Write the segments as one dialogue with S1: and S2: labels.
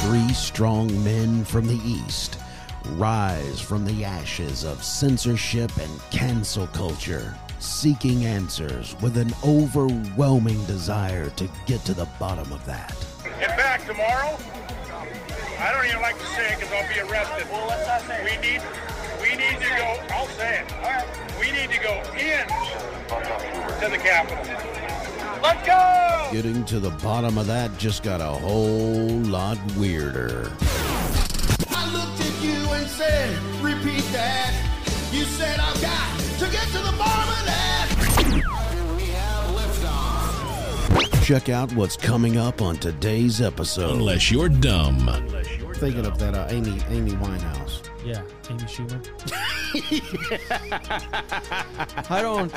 S1: three strong men from the East rise from the ashes of censorship and cancel culture, seeking answers with an overwhelming desire to get to the bottom of that.
S2: In fact, tomorrow, I don't even like to say it because I'll be arrested. Well, let's not say We need, we need to go, I'll say it. All right. We need to go in to the Capitol. Let's go!
S1: Getting to the bottom of that just got a whole lot weirder.
S3: I looked at you and said, repeat that. You said, I've got to get to the bottom of that. We have liftoff.
S1: Check out what's coming up on today's episode.
S4: Unless you're dumb.
S5: thinking of that uh, Amy Amy Winehouse.
S6: Yeah, Amy Schumer. I don't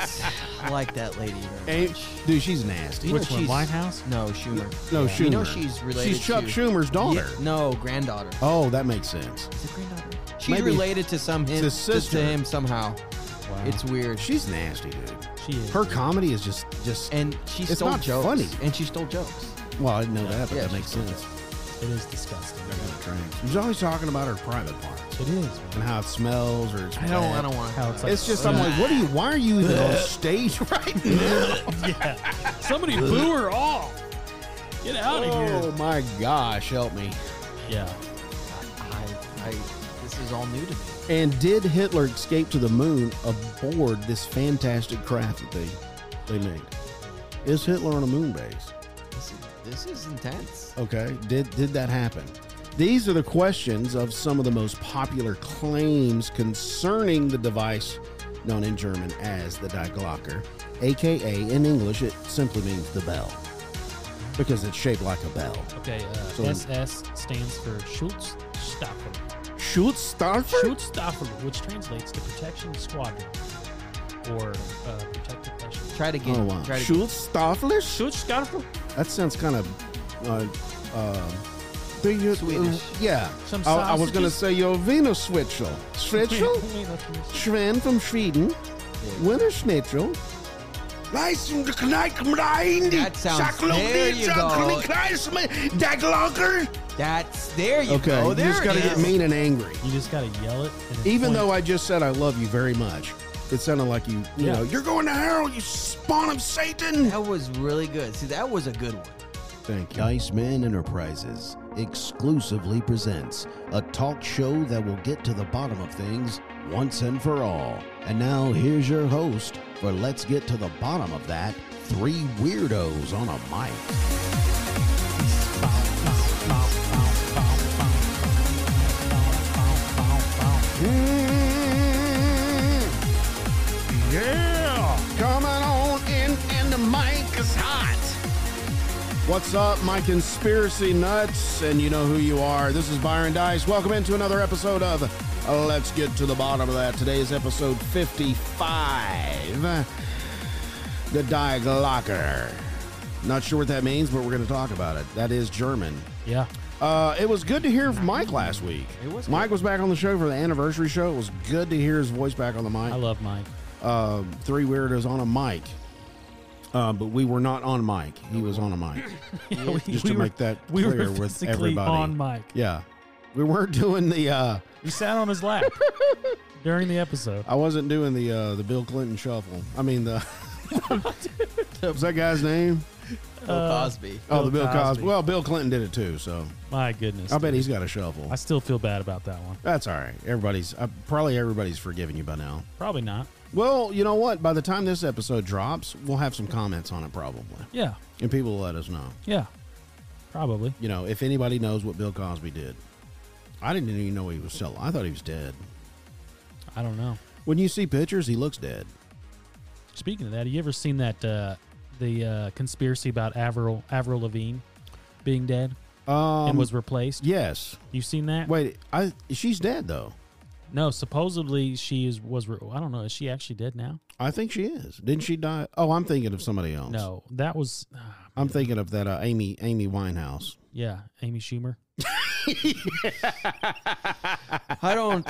S6: like that lady very much.
S5: Dude, she's nasty.
S6: You know
S5: Which
S6: she's-
S5: Winehouse?
S6: No, Schumer.
S5: No, Schumer.
S6: You know she's related.
S5: She's Chuck
S6: to-
S5: Schumer's daughter.
S6: Yeah, no, granddaughter.
S5: Oh, that makes sense.
S6: Is it granddaughter? She's
S5: Maybe.
S6: related to some him.
S5: It's his
S6: to-
S5: sister.
S6: To him somehow. It's weird.
S5: She's nasty, dude.
S7: She is.
S5: Her comedy is just just.
S6: and she
S5: It's
S6: stole
S5: not
S6: jokes.
S5: funny.
S6: And she stole jokes.
S5: well, I didn't know that, but
S6: Yeah,
S5: that
S6: she's
S5: makes sense.
S7: It is disgusting.
S5: She's always talking about her private parts
S7: It is. Man.
S5: and how it smells or it's.
S6: I don't. I
S5: wet.
S6: don't want
S7: How it's like
S5: It's just I'm like, what are you? Why are you even on stage right now?
S7: somebody boo her off. Get out of
S5: Oh my gosh, help me!
S7: here. Yeah.
S6: I, I. This is all new to me.
S5: And did Hitler escape to the moon aboard this fantastic craft that they they made? Is Hitler on a moon base?
S6: This is, this is intense.
S5: Okay, did did that happen? These are the questions of some of the most popular claims concerning the device known in German as the Die Glocker, aka in English it simply means the bell because it's shaped like a bell.
S7: Okay. Uh,
S5: So-
S7: SS stands for Schutzstaffel.
S5: Schutzstaffel?
S7: Schutzstaffel, which translates to protection squadron or uh, protective mission.
S6: Try it again.
S5: Oh wow,
S6: Try it again.
S5: Schutzstaffel?
S7: Schutzstaffel.
S5: That sounds kind of. Uh, uh, they use-
S6: Swedish.
S5: yeah.
S7: Some
S5: I, I was going to
S7: sausages?
S5: say your Wiener Switzel. Switzel? Schwan from Sweden. Wiener Schnitzel. Leisten,
S6: That sounds- there you go. That's there you
S5: Okay,
S6: go.
S5: you
S6: Oh, there
S5: just gotta
S6: it
S5: get
S6: is.
S5: mean and angry.
S7: You just gotta yell it. And
S5: Even though I just said I love you very much, it sounded like you, you
S7: Yeah.
S5: know, you're going to hell, you spawn of Satan.
S6: That was really good. See, that was a good one.
S5: Thank you.
S1: Iceman Enterprises exclusively presents a talk show that will get to the bottom of things once and for all. And now here's your host for Let's Get to the Bottom of That Three Weirdos on a Mic.
S5: Yeah! Coming on in, and the mic is hot. What's up, my conspiracy nuts? And you know who you are. This is Byron Dice. Welcome into another episode of Let's Get to the Bottom of That. Today is episode 55 The Die Glocker. Not sure what that means, but we're going to talk about it. That is German.
S7: yeah,
S5: Uh, it was good to hear from Mike last week. It was Mike was back on the show for the anniversary show. It was good to hear his voice back on the mic
S7: I love Mike.
S5: uh, three weirdos on a mic. Uh, but we were not on mic. He was on a mic. Just to
S7: were-
S5: make that
S7: we
S5: clear
S7: were
S5: with
S7: physically
S5: everybody.
S7: on Mike.
S5: Yeah. We weren't doing the uh
S7: You sat on his lap during the episode.
S5: I wasn't doing the uh the Bill Clinton shuffle. I mean the What's that guy's name?
S6: Bill Cosby.
S5: oh, the Bill
S7: Bill
S5: Cosby.
S7: Cosby.
S5: Well, Bill Clinton did it too, so
S7: My goodness,
S5: I bet he's got a shuffle.
S7: I still feel bad about that one.
S5: That's all right. Everybody's uh, probably everybody's forgiving you by now.
S7: Probably not.
S5: Well, you know what? By the time this episode drops, we'll have some comments on it probably,
S7: Yeah,
S5: and people will let us know.
S7: yeah, probably.
S5: you know, if anybody knows what Bill Cosby did, I didn't even know he was still. I thought he was dead.
S7: I don't know.
S5: When you see pictures, he looks dead.
S7: Speaking of that, have you ever seen that uh, the uh, conspiracy about Avril Avril Lavigne being dead
S5: Um,
S7: and was replaced?
S5: yes.
S7: You've seen that?
S5: Wait, I she's dead though.
S7: No, supposedly she is was. Re- I don't know. Is she actually dead now?
S5: I think she is. Didn't she die? Oh, I'm thinking of somebody else.
S7: No, that was uh,
S5: I'm thinking of that uh, Amy Amy Winehouse.
S7: yeah, Amy Schumer.
S6: I don't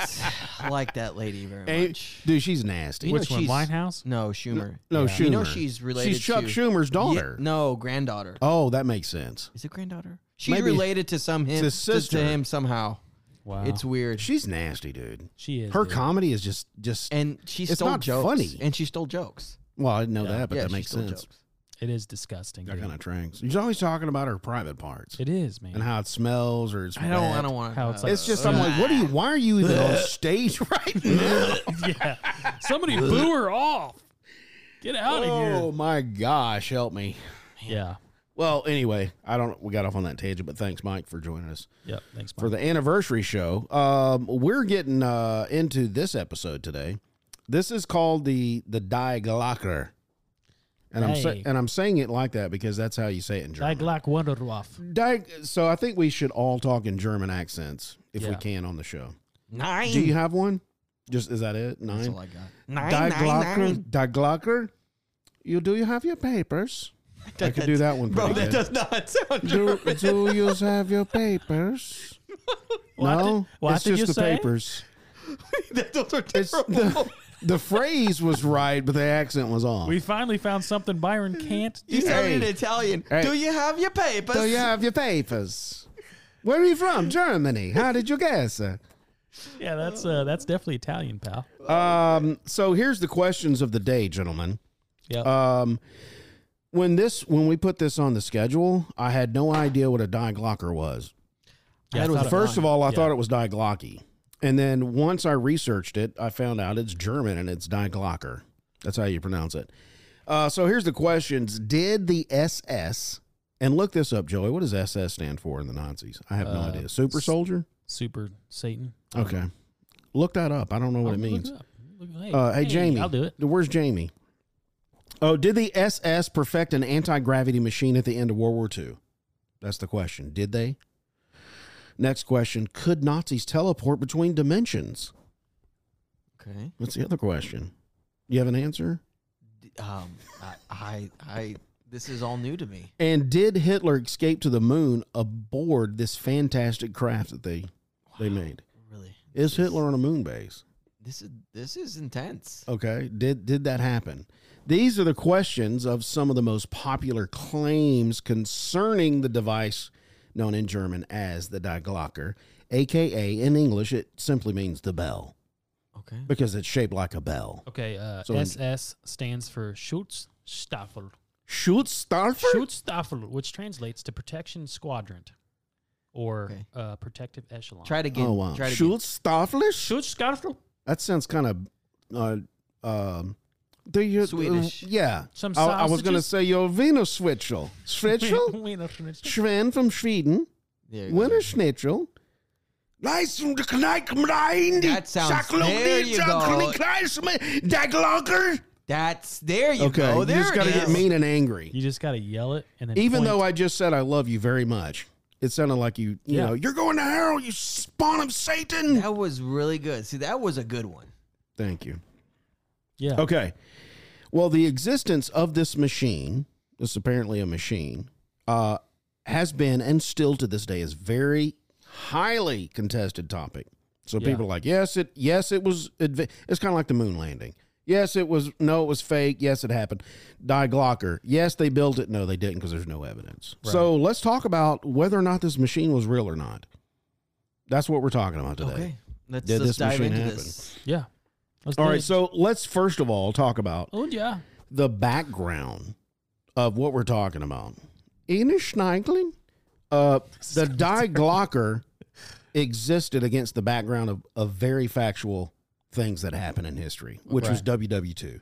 S6: like that lady very
S5: A-
S6: much.
S5: dude, she's nasty.
S6: You know
S7: Which one?
S6: she's-
S7: Winehouse.
S6: No, Schumer.
S5: no, Schumer.
S6: You know she's related
S5: She's Chuck
S6: to-
S5: Schumer's
S6: Yeah,
S5: daughter.
S6: no, granddaughter.
S5: Oh, that makes sense.
S6: Is it granddaughter? She's
S5: Maybe-
S6: related to some him,
S5: It's his
S6: to-
S5: sister.
S6: to him somehow.
S7: Wow.
S6: It's weird.
S5: She's nasty, dude.
S7: She is,
S5: Her
S7: dude.
S5: comedy is just just.
S6: and she
S5: It's
S6: stole
S5: not
S6: jokes.
S5: funny.
S6: And she stole jokes.
S5: well, I didn't know that, but
S6: yeah,
S5: that
S6: she
S5: makes
S6: stole
S5: sense.
S6: jokes.
S7: It is disgusting.
S5: That
S7: dude.
S5: kind of tracks. She's always talking about her private parts
S7: It is, man.
S5: and how it smells or it's.
S6: I don't. I
S5: wet.
S6: don't uh, want
S7: How it's like-
S5: It's just I'm like, what are you? Why are you even on stage right now?
S7: yeah. Somebody boo her off. Get out
S5: oh
S7: of
S5: my gosh, help me.
S7: here. Yeah.
S5: Well, anyway, I don't. We got off on that tangent, but thanks, Mike, for joining us
S7: Yep. Thanks,
S5: for
S7: Mike.
S5: the anniversary show. Um, we're getting uh, into this episode today. This is called the the Die Glocker. And I'm sa-
S7: Hey.
S5: and I'm saying it like that because that's how you say it in German.
S7: Die Glock Wunderwaffe.
S5: Die- so I think we should all talk in German accents if we
S7: Yeah. Mm.
S5: can on the show.
S6: nine.
S5: Do you have one? Just is that it?
S6: That's
S5: Nine.
S6: all I got. Nine.
S5: Die
S6: nine, nine.
S5: Glocker. Die Glocker. You do you have your papers? I could do that one,
S6: Bro,
S5: pretty
S6: that
S5: good.
S6: does not sound
S5: do,
S6: German.
S5: do you have your papers?
S7: What
S5: no,
S7: did- what
S5: it's
S7: did
S5: just
S7: you
S5: the
S7: say?
S5: papers.
S6: That- Those are
S5: It's
S6: terrible.
S5: the, the phrase was right, but the accent was off.
S7: We finally found something Byron can't do.
S6: you sounded
S5: Hey.
S6: Italian.
S5: Hey.
S6: Do you have your papers?
S5: do you have your papers? Where are you from? Germany. How did you guess?
S7: Yeah, that's uh, that's definitely Italian, pal.
S5: Um, so here's the questions of the day, gentlemen.
S7: Yep.
S5: Um, when this when we put this on the schedule, I had no idea what a die glocker was.
S7: Yeah, I thought it
S5: First
S7: was-
S5: of all, I
S7: yeah.
S5: thought it was die glocky, and then once I researched it, I found out it's German and it's die glocker. That's how you pronounce it. Uh, so here's the questions: Did the SS and look this up, Joey? What does SS stand for in the Nazis? I have no
S7: Uh, um,
S5: idea. Super soldier.
S7: Super Satan.
S5: Okay, look that up. I don't know what
S7: I'll
S5: it
S7: look
S5: means.
S7: up. Look- Hey,
S5: Uh, hey,
S7: hey,
S5: Jamie.
S7: I'll do it.
S5: Where's Jamie? Oh, did the SS perfect an anti gravity machine at the end of World War II? That's the question. Did they? Next question Could Nazis teleport between dimensions?
S6: Okay.
S5: That's the other question. You have an answer?
S6: D- Um, I, I, I, this is all new to me.
S5: And did Hitler escape to the moon aboard this fantastic craft that they, they made?
S6: Really.
S5: Is Hitler on a moon base?
S6: This is this is intense.
S5: Okay. Did did that happen? These are the questions of some of the most popular claims concerning the device known in German as the Die Glocker, aka in English it simply means the bell
S6: Okay.
S5: because it's shaped like a bell.
S7: Okay. Uh,
S5: So-
S7: SS stands for Schutzstaffel.
S5: Schutzstaffel?
S7: Schutzstaffel, which translates to protection squadron or
S6: Okay.
S7: uh, protective echelon.
S6: Try it again.
S5: Oh wow.
S6: Try it again.
S5: Schutzstaffel?
S7: Schutzstaffel.
S5: That sounds kind of uh um do you
S6: Swedish.
S5: uh, yeah.
S7: Some
S5: I, I was going to
S7: sausages?
S5: say your Wiener Switchel. Switchel?
S7: We- we know from it.
S5: Schwen from Sweden.
S6: There you go.
S5: Winter Schnitzel. Nice and knick mind.
S6: That sounds- there you go.
S5: Daglocker.
S6: That's there you
S5: Okay,
S6: go.
S5: you
S6: There
S5: just gotta
S6: it
S5: get
S6: is.
S5: mean and angry.
S7: You just got to yell it and then
S5: Even
S7: point.
S5: though I just said I love you very much, it sounded like you. You
S7: Yeah.
S5: know, you're going to hell. You spawn of Satan.
S6: That was really good. See, that was a good one.
S5: Thank you.
S7: yeah.
S5: Okay. Well, the existence of this machine, this apparently a machine, uh, has been and still to this day is very highly contested topic. So
S7: Yeah.
S5: people are like, yes, it, yes, it was. adv- It's kind of like the moon landing. Yes, it was. No, it was fake. Yes, it happened. Die Glocker. Yes, they built it. No, they didn't because there's no evidence. So let's talk about whether or not this machine was real or not. That's what we're talking about today.
S6: Okay. Let's,
S5: Did
S6: let's
S5: this
S6: dive
S5: machine
S6: into
S5: happen?
S6: this.
S7: Yeah. Let's
S5: All
S7: do
S5: right.
S7: it.
S5: So let's first of all talk about
S7: Oh yeah.
S5: the background of what we're talking about. Ines Schneidlin, uh, the Die Glocker existed against the background of, of very factual things that happened in history, which was WW2.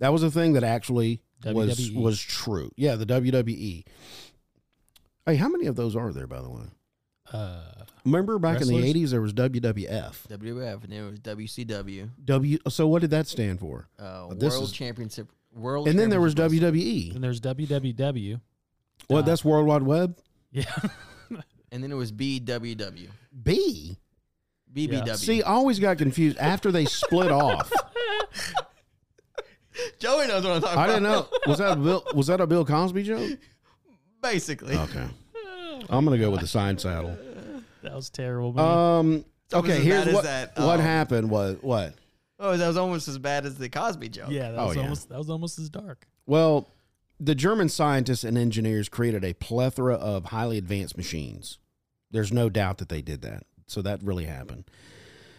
S5: That was a thing that actually was
S7: WWE.
S5: was true. Yeah, the WWE. Hey, how many of those are there, by the way?
S7: Uh,
S5: Remember back in
S7: Wrestlers?
S5: the 80s, there was WWF.
S6: WWF and it was WCW.
S5: W. So what did that stand for?
S6: Uh,
S5: This
S6: World
S5: is-
S6: Championship. World.
S5: And then there was
S6: Championship
S5: WWE.
S7: and there's WWW.
S5: Well, that's World Wide Web.
S7: Yeah.
S6: Wrestling. And then it was BWW.
S5: B.
S6: BBW.
S5: See, I always got confused after they split off.
S6: Joey knows what I'm talking
S5: I
S6: about.
S5: didn't know. Was that a Bill, was that a Bill Cosby joke?
S6: Basically.
S5: Okay. I'm gonna go with the side saddle.
S7: that was terrible. Man.
S5: Um. Okay.
S6: as
S5: Here's
S6: bad as
S5: what
S6: that,
S5: what
S6: um,
S5: happened was what.
S6: Oh, that was almost as bad as the Cosby joke.
S7: yeah. That
S5: oh,
S7: was
S5: yeah.
S7: almost that was almost as dark.
S5: Well, the German scientists and engineers created a plethora of highly advanced machines. There's no doubt that they did that. So that really happened.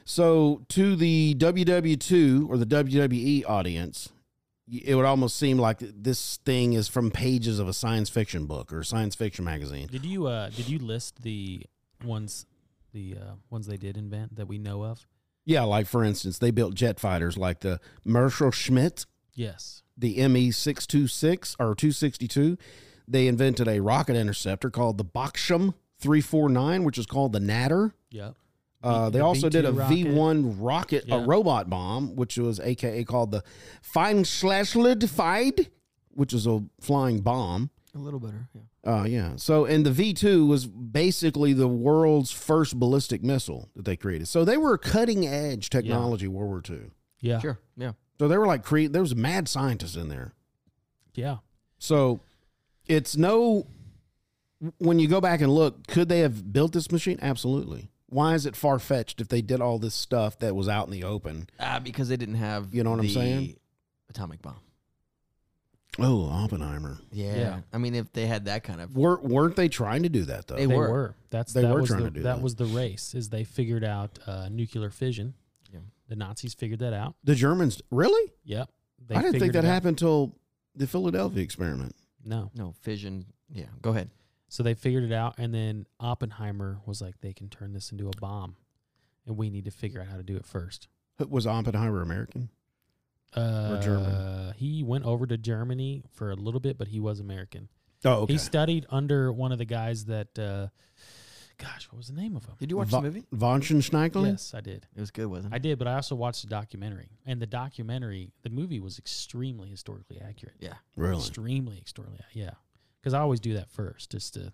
S5: So to the WW2 or the WWE audience, y- it would almost seem like this thing is from pages of a science fiction book or science fiction magazine.
S7: Did you uh did you list the ones the uh, ones they did invent that we know of?
S5: Yeah, like for instance, they built jet fighters like the Messerschmitt,
S7: Yes.
S5: the E ME 626 or 262. They invented a rocket interceptor called the Boxham 349, which is called the Natter.
S7: Yep.
S5: Uh,
S7: B-
S5: they
S7: the
S5: also did a
S7: B2 rocket.
S5: one rocket, a
S7: Yeah.
S5: robot bomb, which was AKA called the Feinschlachlid, which is a flying bomb.
S6: A little better. Yeah.
S5: Uh, yeah. So, and the V 2 was basically the world's first ballistic missile that they created. So they were cutting edge technology, World War II.
S7: Yeah.
S6: Sure. Yeah.
S5: So they were like, cre- there was mad scientists in there.
S7: Yeah.
S5: So it's no, when you go back and look, could they have built this machine? Absolutely. Why is it far fetched if they did all this stuff that was out in the open?
S6: Uh, because they didn't have
S5: You know what I'm
S6: the
S5: saying?
S6: Atomic bomb.
S5: Oh, Oppenheimer.
S6: Yeah.
S7: Yeah.
S6: I mean, if they had that kind of
S5: Were, weren't they trying to do that though?
S6: They
S7: They
S6: were.
S7: were. That's
S5: They
S7: that
S5: were
S7: was
S5: trying
S7: the,
S5: to do
S7: that,
S5: that.
S7: was the race is they figured out uh, nuclear fission.
S6: Yeah.
S7: The Nazis figured that out.
S5: the Germans really?
S7: Yep. They
S5: I didn't think
S7: figured
S5: that
S7: it out.
S5: happened until the Philadelphia experiment.
S7: No.
S6: no fission. Yeah. Go ahead.
S7: So they figured it out, and then Oppenheimer was like, "They can turn this into a bomb, and we need to figure out how to do it first.
S5: Who- Was Oppenheimer American?
S7: Uh,
S5: German.
S7: He went over to Germany for a little bit, but he was American.
S5: Oh, okay.
S7: He studied under one of the guys that, uh, gosh, what was the name of him?
S6: Did you watch
S5: Va-
S6: the movie?
S5: Von Schneiderlin?
S7: Yes, I did.
S6: It was good, wasn't
S7: I
S6: it?
S7: did, but I also watched the documentary, and the documentary, the movie was extremely historically accurate.
S6: yeah.
S5: Really?
S7: Extremely historically, yeah. Because I always do that first, just to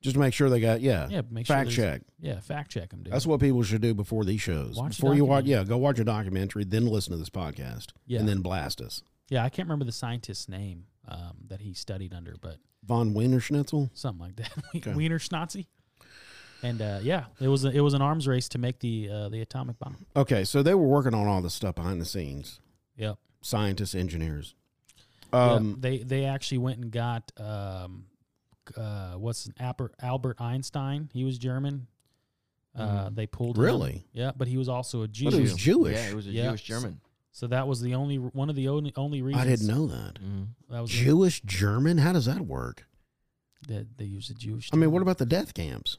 S5: Just to make sure they got yeah.
S7: yeah, make
S5: fact
S7: sure there's-
S5: check.
S7: Yeah, fact check them, dude.
S5: That's what people should do before these shows.
S7: Watch a
S5: before you watch, yeah,
S7: documentary.
S5: go watch a documentary, then listen to this podcast,
S7: Yeah.
S5: and then blast us.
S7: Yeah, I can't remember the scientist's name um, that he studied under, but
S5: Von Wiener Schnitzel.
S7: something like that.
S5: Okay.
S7: Wiener Schnatzi. And uh, yeah, it was a, it was an arms race to make the uh, the atomic bomb.
S5: Okay, so they were working on all this stuff behind the scenes.
S7: Yep.
S5: Scientists, engineers.
S7: Yep.
S5: Um,
S7: They they actually went and got um, uh, what's an Albert, Albert Einstein? He was German. Uh, They pulled him.
S5: Mm-hmm. Really?
S7: Yeah, but he was also a Jew.
S5: But he was Jewish.
S6: Yeah. It was a
S7: Yeah.
S6: Jewish German.
S7: so that was the only one of the only only reasons
S5: I didn't know that.
S7: that was
S5: Jewish German? How does that work?
S7: that they used a Jewish.
S5: I mean,
S7: term.
S5: what about the death camps?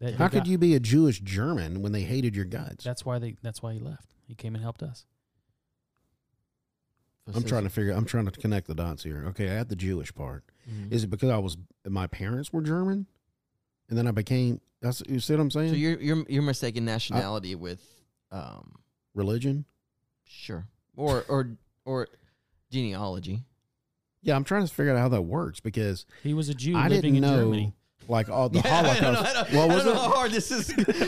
S7: That-
S5: How
S7: they
S5: could
S7: got-
S5: you be a Jewish German when they hated your guts?
S7: That's why they. That's why he left. He came and helped us.
S5: I'm trying to figure. I'm trying to connect the dots here. Okay, I had the Jewish part.
S6: Mhm.
S5: Is it because I was my parents were German, and then I became? That's you see what I'm saying?
S6: So you're you're you're mistaking nationality with um
S5: Religion?
S6: sure or or or genealogy.
S5: Yeah, I'm trying to figure out how that works because
S7: He was a Jew
S5: I
S7: living
S5: didn't
S7: in
S5: know.
S7: Germany.
S5: Like all the
S6: Yeah, I don't know- I
S5: Holocaust.
S6: don't-
S5: Well,
S6: I
S5: was
S6: don't know how
S5: it?
S6: hard this is. it's,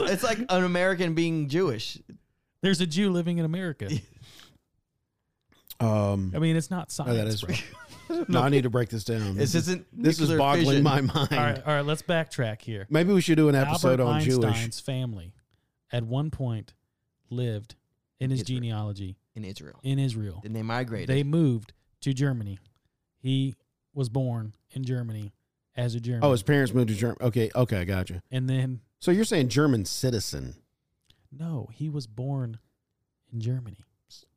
S6: like, it's like an American being Jewish.
S7: There's a Jew living in America.
S5: Um,
S7: I mean, it's not science.
S5: no, Oh, that is
S7: bro.
S5: no, I need to break this down.
S6: This isn't.
S5: This is
S6: nuclear
S5: boggling
S6: fission.
S5: my mind.
S7: All right, all right. Let's backtrack here.
S5: Maybe we should do an episode
S7: Albert
S5: on Jewish.
S7: Einstein's family, at one point, lived in his
S6: Israel.
S7: genealogy
S6: in Israel.
S7: in Israel.
S6: Then they migrated.
S7: They moved to Germany. He was born in Germany as a German.
S5: Oh, his parents moved to Germany. Okay, okay, I got you.
S7: and then
S5: So you're saying German citizen?
S7: no, he was born in Germany.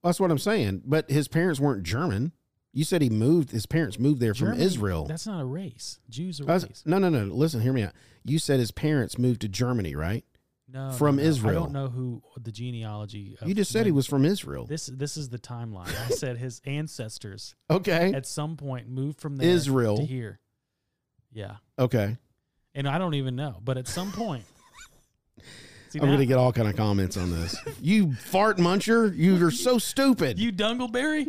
S5: That's what I'm saying. But his parents weren't German. You said he moved. His parents moved there from
S7: Germany-
S5: Israel.
S7: That's not a race. Jews are
S5: I was-
S7: race.
S5: no, no, no. Listen, hear me out. You said his parents moved to Germany, right?
S7: No,
S5: from
S7: no, no. I
S5: Israel.
S7: don't know who the genealogy. Of
S5: You just said he
S7: when-
S5: was from Israel.
S7: This this is the timeline. I said his ancestors
S5: Okay.
S7: at some point moved from there
S5: Israel.
S7: to here. Yeah,
S5: Okay.
S7: and I don't even know, but at some point, see,
S5: I'm
S7: now-
S5: gonna get all kind of comments on this. you fart muncher. You are so stupid.
S7: you dungleberry.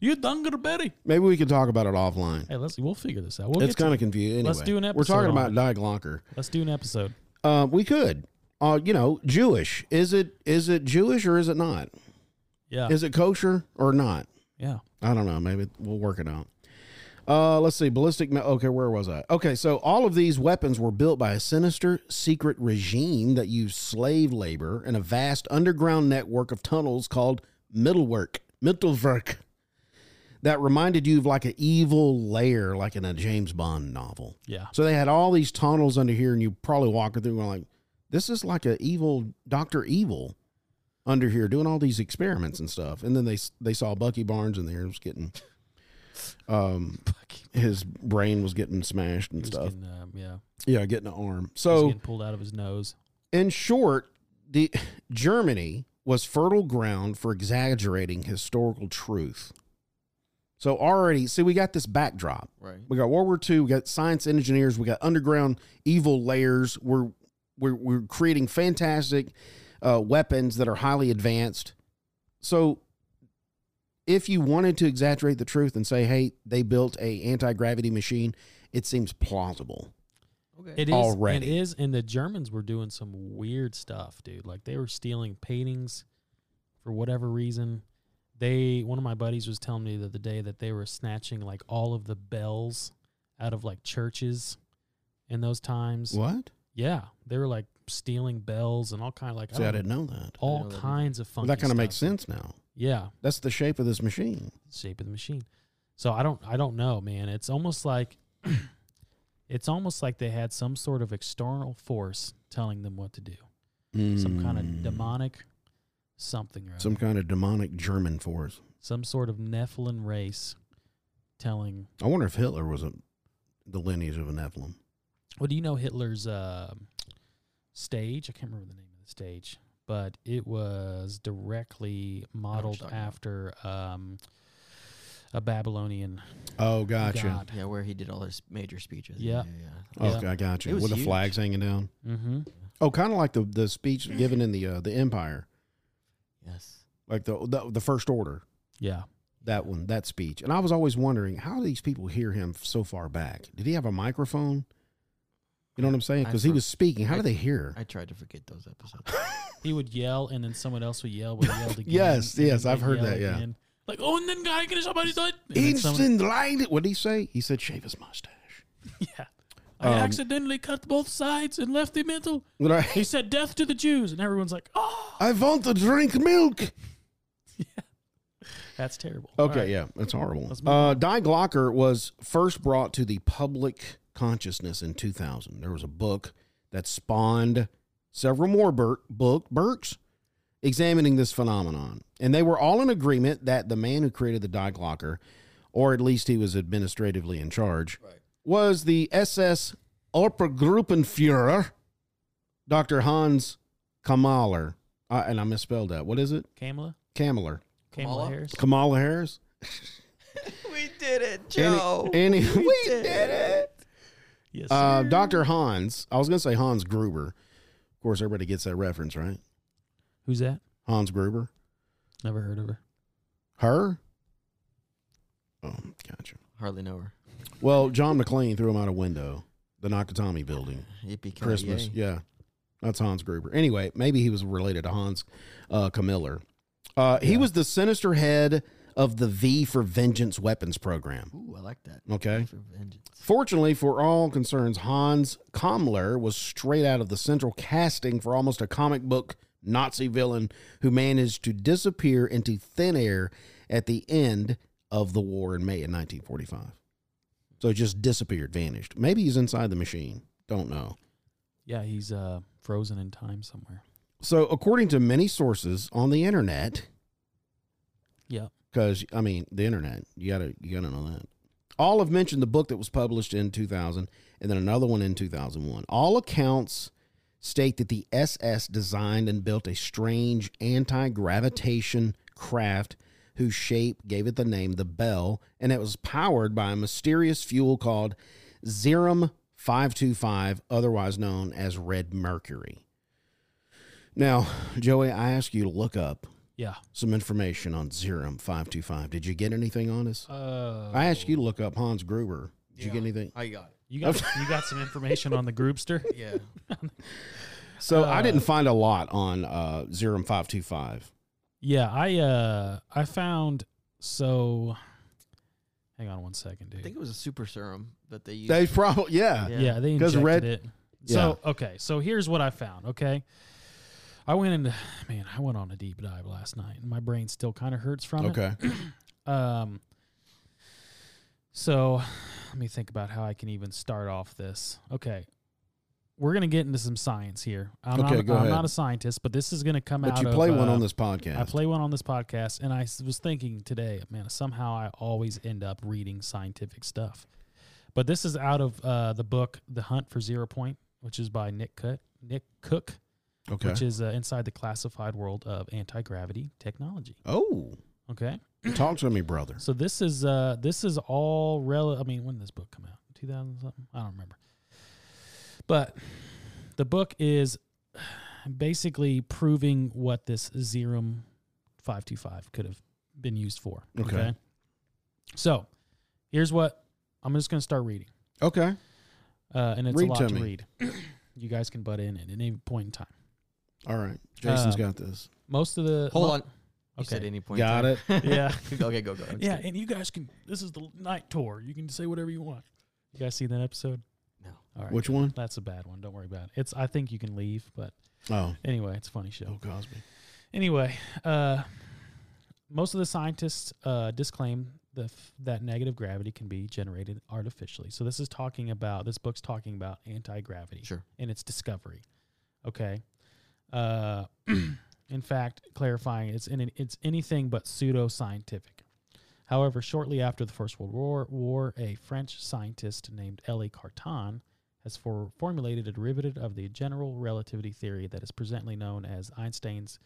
S7: You dungleberry.
S5: Maybe we can talk about it offline.
S7: Hey, let's we'll figure this out. We'll
S5: it's
S7: get to-
S5: kind of confusing. Anyway,
S7: Let's do an
S5: We're
S7: episode
S5: talking about
S7: on
S5: Die Glocker.
S7: let's do an episode.
S5: Uh, we could. Uh, you know, Jewish. Is it is it Jewish or is it not?
S7: Yeah,
S5: Is it kosher or not?
S7: yeah.
S5: I don't know. Maybe we'll work it out. Uh, let's see. Ballistic. mi- Okay, where was I? Okay, so all of these weapons were built by a sinister secret regime that used slave labor and a vast underground network of tunnels called Middlework. Mittelwerk. that reminded you of like an evil lair, like in a James Bond novel.
S7: Yeah.
S5: So they had all these tunnels under here, and you probably walking through and like, this is like an evil Doctor Evil under here doing all these experiments and stuff. And then they they saw Bucky Barnes in there and was getting, um, his brain was getting smashed and
S7: He's
S5: stuff. Oh.
S7: getting, um, yeah.
S5: yeah, getting an arm.
S7: He's
S5: So
S7: getting pulled out of his nose.
S5: in short, the Germany was fertile ground for exaggerating historical truth. So already, see, we got this backdrop.
S6: Right.
S5: We got World War II. We got science engineers. We got underground evil layers. We're we're, we're creating fantastic uh, weapons that are highly advanced. So, if you wanted to exaggerate the truth and say, "Hey, they built a anti gravity machine," it seems plausible.
S6: Okay.
S7: It is
S5: Already.
S7: It is, and the Germans were doing some weird stuff, dude. Like they were stealing paintings for whatever reason. They one of my buddies was telling me the other day that they were snatching like all of the bells out of like churches in those times.
S5: What?
S7: Yeah, they were like stealing bells and all kind of like I
S5: See, I
S7: don't-
S5: didn't know that.
S7: all
S6: know that either.
S7: kinds of
S5: Well,
S7: funky.
S5: that kind of
S7: stuff.
S5: makes sense now.
S7: Yeah,
S5: That's the shape of this machine.
S7: shape of the machine. So I don't I don't know, man. It's almost like it's almost like they had some sort of external force telling them what to do. Some kind of demonic something
S5: Mm.
S7: or
S5: Hmm. some
S7: some,
S5: kind of demonic German force.
S7: some sort of Nephilim race telling
S5: I wonder if Hitler was a, the lineage of a Nephilim.
S7: Well, do you know Hitler's um stage? I can't remember the name of the stage, but it was directly modeled
S6: talking about.
S7: after um, a Babylonian
S5: Oh, gotcha.
S7: god.
S6: Yeah, where he did all his major speeches.
S7: Yeah.
S6: yeah,
S5: Oh,
S7: Yeah.
S5: okay, I got
S6: It
S5: you.
S6: was
S5: With the
S6: huge.
S5: flags hanging down.
S7: Mm-hmm.
S5: Oh, kind of like the, the speech given in the uh, the Empire,
S6: yeah. Yes.
S5: like the, the the First Order.
S7: Yeah,
S5: That one, that speech. And I was always wondering how do these people hear him so far back? Did he have a microphone? You know what I'm saying?
S6: I
S5: Because he
S6: for-
S5: was speaking. How
S6: I-
S5: do they hear?
S6: I tried to forget those episodes.
S7: he would yell, and then someone else would yell, would yell again.
S5: Yes,
S7: and then
S5: yes, I've
S7: they'd
S5: heard
S7: yell
S5: that, yeah.
S7: again. like oh, and then guy can somebody's like
S5: Instant light. What did he say? He said, shave his mustache.
S7: Yeah, I
S5: Um,
S7: accidentally cut both sides and left the middle.
S5: What I,
S7: He said, "Death to the Jews," and everyone's like, "Oh,
S5: I want to drink milk.
S7: that's terrible." All
S5: Okay,
S7: right.
S5: yeah, that's horrible.
S7: Let's move
S5: Uh, Die Glocker was first brought to the public consciousness in 2000. There was a book that spawned several more Burke, book Burks examining this phenomenon, and they were all in agreement that the man who created the Die Glocker, or at least he was administratively in charge, was the SS Obergruppenführer, Dr. Hans Kamaler, uh, and I misspelled that. What is it?
S7: Kamala,
S5: Kamaler.
S7: Kamala,
S6: Kamala?
S7: Harris.
S5: Kamala Harris.
S6: we did it,
S5: Any- Any, we,
S6: did
S5: did it.
S7: Yes,
S5: Uh, Dr. Hans, I was going to say Hans Gruber. Of course, everybody gets that reference, right?
S7: who's that?
S5: Hans Gruber.
S7: Never heard of her.
S5: Her? Oh, gotcha.
S6: Hardly know her.
S5: Well, John McClane threw him out a window, the Nakatomi building,
S6: Yippee
S5: Christmas. Yeah. That's Hans Gruber. Anyway, maybe he was related to Hans uh, Camiller. Uh, He was the sinister head of the V for Vengeance weapons program.
S6: Ooh, I like that.
S5: Okay.
S6: For vengeance.
S5: Fortunately for all concerns, Hans Kammler was straight out of the central casting for almost a comic book Nazi villain who managed to disappear into thin air at the end of the war in May of 1945. So he just disappeared, vanished. Maybe he's inside the machine. Don't know.
S7: Yeah, he's uh, frozen in time somewhere.
S5: So, according to many sources on the internet,
S7: Yeah.
S5: because I mean the internet. You gotta you gotta know that. All have mentioned the book that was published in 2000, and then another one in 2001. All accounts state that the SS designed and built a strange anti gravitation craft whose shape gave it the name the Bell, and it was powered by a mysterious fuel called Zerum 525, otherwise known as red mercury. Now, Joey, I ask you to look up
S7: Yeah.
S5: some information on Zerum 525. Did you get anything on us?
S7: Uh,
S5: I asked you to look up Hans Gruber. Did you get anything?
S6: I got it.
S7: you got you got some information on the groupster.
S6: Yeah.
S5: So
S7: Uh,
S5: I didn't find a lot on uh, Zerum 525.
S7: Yeah, I uh I found so. Hang on one second, dude.
S6: I think it was a super serum that they used.
S5: They probably, yeah.
S7: yeah. they
S5: 'Cause
S7: injected
S5: red-
S7: it. So okay, so here's what I found. Okay, I went into man, I went on a deep dive last night, and my brain still kind of hurts from it.
S5: Okay.
S7: Um, So let me think about how I can even start off this. Okay. We're going to get into some science here. I'm,
S5: Okay,
S7: not,
S5: go
S7: I'm
S5: ahead.
S7: not a scientist, but this is going to come out
S5: But you
S7: of,
S5: play one
S7: uh,
S5: on this podcast.
S7: I play one on this podcast, and I s- was thinking today, man, somehow I always end up reading scientific stuff. But this is out of uh, the book "The Hunt for Zero Point," which is by Nick Cut Nick Cook,
S5: okay.
S7: which is uh, inside the classified world of anti gravity technology.
S5: oh,
S7: Okay,
S5: talk to me, brother.
S7: so this is uh, this is all rel. I mean, when did this book come out? Two thousand something? I don't remember. But the book is basically proving what this Zerum five two five could have been used for.
S5: Okay.
S7: So here's what I'm just going to start reading,
S5: Okay.
S7: uh, and it's
S5: Read
S7: a lot
S5: to
S7: to
S5: me.
S7: read. you guys can butt in at any point in time.
S5: All right. Jason's
S7: Um,
S5: got this.
S7: Most of the
S6: Hold
S7: mo-
S6: on. You said
S7: Okay.
S6: any point.
S5: Got
S6: in time.
S7: Yeah.
S6: okay, go go. I'm
S7: Yeah,
S6: just
S7: and you guys can. This is the night tour. You can say whatever you want. You guys see that episode?
S6: No.
S7: All right.
S5: Which one?
S7: That's a bad one. Don't worry about it. It's. I think you can leave, but
S5: Oh,
S7: anyway, it's a funny show.
S5: Bill Cosby.
S7: Anyway, uh, most of the scientists uh, disclaim the f- that negative gravity can be generated artificially. So this is talking about this book's talking about anti gravity
S6: kidding. Sure.
S7: and its discovery. Okay. Uh, in fact, clarifying it's in it's anything but pseudo scientific. However, shortly after the First World War, war a French scientist named Elie Cartan has for, formulated a derivative of the general relativity theory that is presently known as Einstein's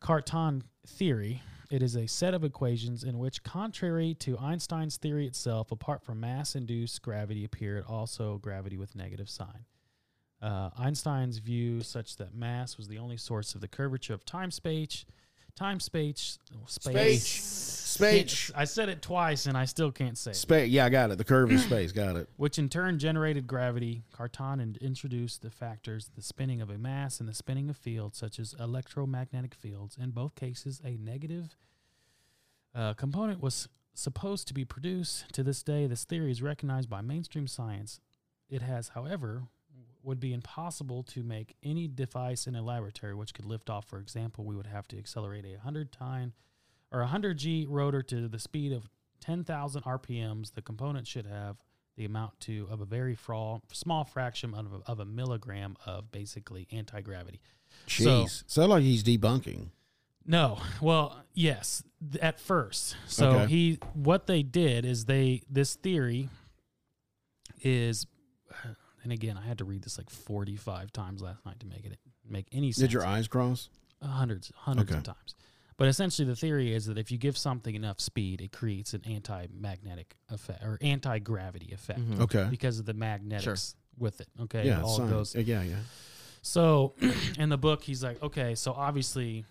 S7: Cartan theory. It is a set of equations in which, contrary to Einstein's theory itself, apart from mass induced gravity appeared also gravity with negative sign. Uh, Einstein's view, such that mass was the only source of the curvature of time space, time space, space,
S5: Space.
S7: I said it twice and I still can't say it.
S5: Space. Yeah, I got it. The curve is space. Got it.
S7: Which in turn generated gravity. Cartan in- introduced the factors, the spinning of a mass and the spinning of fields, such as electromagnetic fields. In both cases, a negative uh, component was supposed to be produced. To this day, this theory is recognized by mainstream science. It has, however, would be impossible to make any device in a laboratory which could lift off. For example, we would have to accelerate a 100 time or a 100 G rotor to the speed of 10,000 RPMs. The component should have the amount to of a very fra- small fraction of a, of a milligram of basically anti-gravity. So-
S5: Jeez. Sound like he's debunking.
S7: No. Well, yes, th- at first. So
S5: Okay.
S7: he what they did is they this theory is and again, I had to read this like 45 times last night to make it make any sense.
S5: Did your eyes cross?
S7: hundreds hundreds of
S5: Okay.
S7: times. But essentially the theory is that if you give something enough speed, it creates an anti-magnetic effect or anti-gravity effect
S5: Okay.
S7: because of the magnetics with it. Okay?
S5: Mm-hmm. yeah.
S7: All of
S5: science.
S7: those
S5: Yeah. Yeah.
S7: so in the book, he's like, okay, so obviously,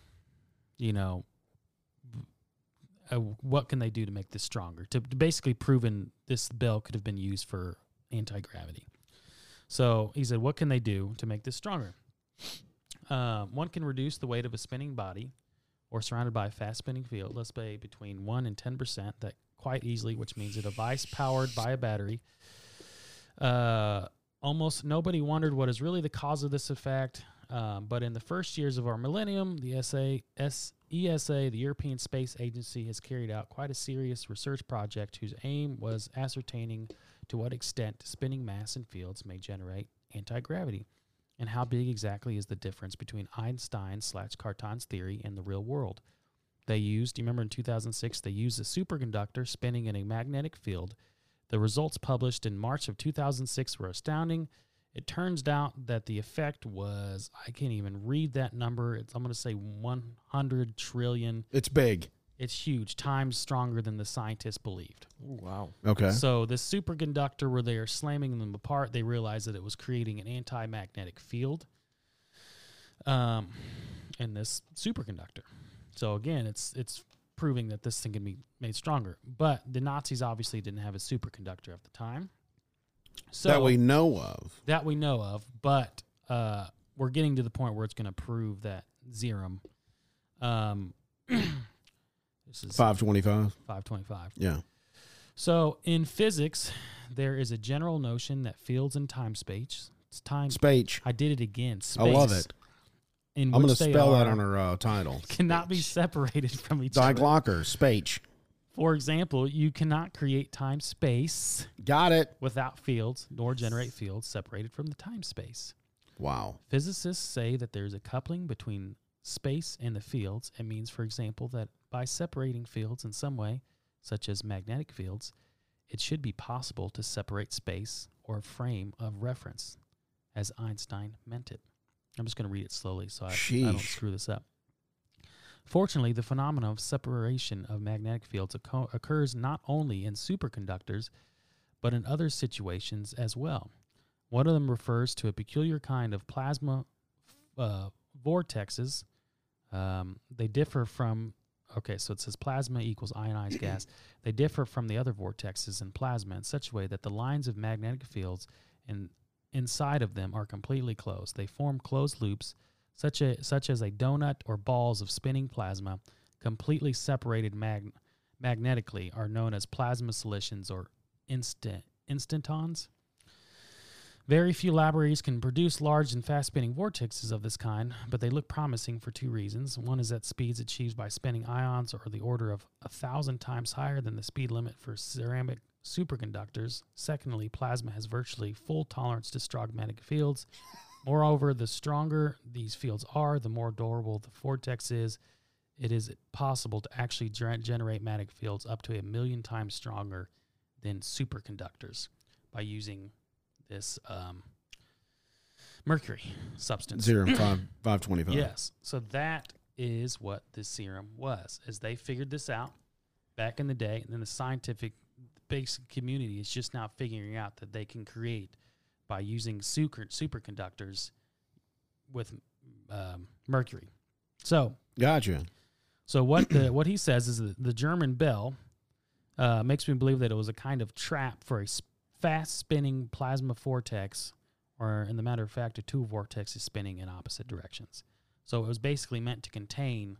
S7: you know, uh, what can they do to make this stronger? To, to basically proven this bell could have been used for anti gravity. So he said, what can they do to make this stronger? Uh, one can reduce the weight of a spinning body or surrounded by a fast spinning field, let's say between 1 and 10%, that quite easily, which means a device powered by a battery uh, almost nobody wondered what is really the cause of this effect. Um, but in the first years of our millennium, the SA, S, ESA, the European Space Agency, has carried out quite a serious research project whose aim was ascertaining to what extent spinning mass and fields may generate anti gravity. And how big exactly is the difference between Einstein slash Cartan's theory and the real world? They used, you remember in 2006, they used a superconductor spinning in a magnetic field the results published in March of 2006 were astounding. It turns out that the effect was, I can't even read that number. It's, I'm going to say 100 trillion.
S5: It's big.
S7: It's huge, times stronger than the scientists believed.
S6: Ooh, wow.
S5: Okay.
S7: So, the superconductor where they are slamming them apart, they realized that it was creating an anti magnetic field um, in this superconductor. So, again, it's, it's proving that this thing can be made stronger. But the Nazis obviously didn't have a superconductor at the time. So,
S5: that we know of.
S7: that we know of, but uh, we're getting to the point where it's going to prove that Zerum. Um, this is
S5: Five twenty-five.
S7: 525.
S5: Yeah.
S7: So in physics, there is a general notion that fields and time space. It's time.
S5: Space.
S7: I did it again. Space,
S5: I love it.
S7: In
S5: I'm
S7: which
S5: going to
S7: they
S5: spell that
S7: are-
S5: on her uh, title.
S7: Cannot be separated from each other.
S5: Diglocker. Space.
S7: For example, you cannot create time space
S5: Got it.
S7: without fields nor generate fields separated from the time space.
S5: Wow.
S7: Physicists say that there's a coupling between space and the fields. It means, for example, that by separating fields in some way, such as magnetic fields, it should be possible to separate space or frame of reference as Einstein meant it. I'm just going to read it slowly so I, I don't
S5: Sheesh.
S7: screw this up. Fortunately, the phenomenon of separation of magnetic fields occo- occurs not only in superconductors, but in other situations as well. One of them refers to a peculiar kind of plasma uh, vortexes. Um, they differ from, okay, so it says plasma equals ionized gas. They differ from the other vortexes in plasma in such a way that the lines of magnetic fields and inside of them are completely closed. They form closed loops, such, a, such as a donut or balls of spinning plasma, completely separated mag- magnetically, are known as plasma solutions or instant instantons. Very few laboratories can produce large and fast spinning vortexes of this kind, but they look promising for two reasons. One is that speeds achieved by spinning ions are the order of a thousand times higher than the speed limit for ceramic superconductors. Secondly, plasma has virtually full tolerance to strong magnetic fields. Moreover, the stronger these fields are, the more durable the vortex is. It is possible to actually gener- generate magnetic fields up to a million times stronger than superconductors by using this um, mercury substance.
S5: Zero and five five twenty five.
S7: Yes. So that is what the serum was. As they figured this out back in the day, and then the scientific basic community is just now figuring out that they can create by using super, superconductors with um, mercury. So
S5: Gotcha.
S7: so what the what he says is that the German bell uh, makes me believe that it was a kind of trap for a s- fast spinning plasma vortex, or in the matter of fact, a two vortexes spinning in opposite directions. So it was basically meant to contain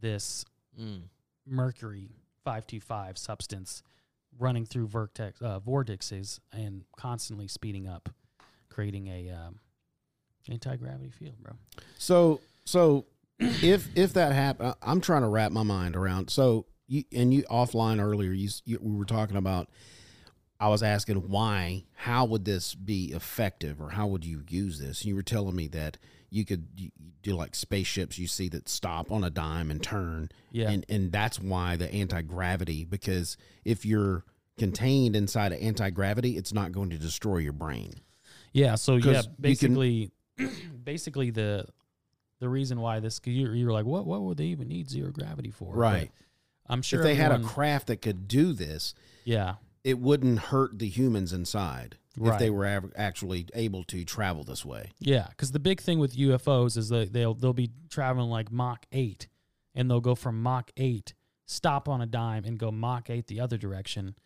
S7: this
S6: Mm.
S7: mercury five two five substance running through vortex uh, vortexes and constantly speeding up, creating a um, anti gravity field, bro.
S5: So so if if that happened, I'm trying to wrap my mind around. So you and you offline earlier, you, s- you we were talking about. I was asking why, how would this be effective, or how would you use this? And you were telling me that you could you you do like spaceships. You see that stop on a dime and turn,
S7: Yeah.
S5: and and that's why the anti gravity. Because if you're contained inside of anti gravity, it's not going to destroy your brain.
S7: Yeah. So yeah,
S5: 'Cause you can-
S7: basically, basically the the reason why this you're, you're like, what what would they even need zero gravity for? But
S5: Right.
S7: I'm sure
S5: if they had a
S7: everyone-
S5: craft that could do this,
S7: yeah
S5: it wouldn't hurt the humans inside if they
S7: Right.
S5: were av- actually able to travel this way.
S7: yeah because the big thing with UFOs is that they'll they'll be traveling like Mach eight, and they'll go from Mach eight stop on a dime and go Mach eight the other direction,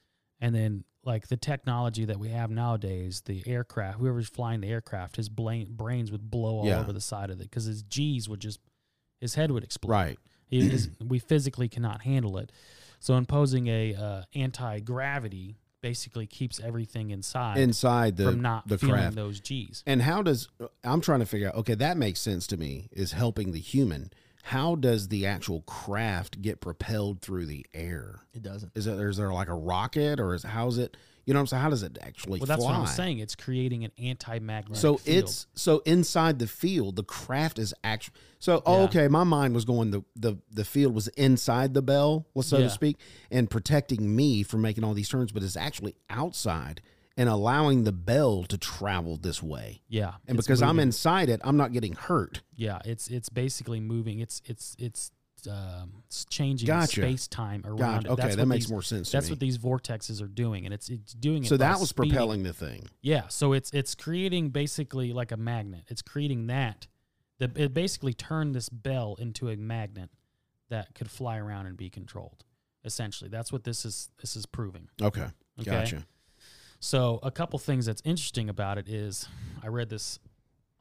S7: and then like the technology that we have nowadays, the aircraft, whoever's flying the aircraft, his brain, brains would blow all
S5: Yeah.
S7: over the side of it because his G's would just his head would explode.
S5: Right.
S7: It is, we physically cannot handle it. So imposing a uh, anti gravity basically keeps everything inside
S5: Inside the
S7: from not
S5: the
S7: feeling
S5: craft.
S7: those G's.
S5: and how does uh, I'm trying to figure out okay, that makes sense to me is helping the human. How does the actual craft get propelled through the air?
S6: It doesn't.
S5: Is it is there like a rocket or is how's it you know what I'm saying? How does it actually
S7: Well, that's
S5: fly?
S7: what I'm saying. It's creating an anti magnetic.
S5: So it's so inside the field, the craft is actually so oh,
S7: Yeah.
S5: okay. My mind was going the the the field was inside the bell, well, so
S7: Yeah.
S5: to speak, and protecting me from making all these turns, but it's actually outside and allowing the bell to travel this way.
S7: yeah,
S5: And
S7: it's
S5: because I'm
S7: moving.
S5: inside it, I'm not getting hurt.
S7: yeah, it's it's basically moving. It's it's it's um, it's changing
S5: Gotcha.
S7: space time around.
S5: God,
S7: it.
S5: okay,
S7: That's
S5: that
S7: what
S5: makes
S7: these-
S5: more sense. To
S7: That's
S5: me.
S7: what these vortexes are doing, and it's it's doing it.
S5: so
S7: by
S5: that was
S7: speeding-
S5: propelling the thing.
S7: Yeah, so it's it's creating basically like a magnet. It's creating that that it basically turned this bell into a magnet that could fly around and be controlled. Essentially, that's what this is this is proving.
S5: Okay,
S7: Okay.
S5: gotcha.
S7: So, a couple things that's interesting about it is I read this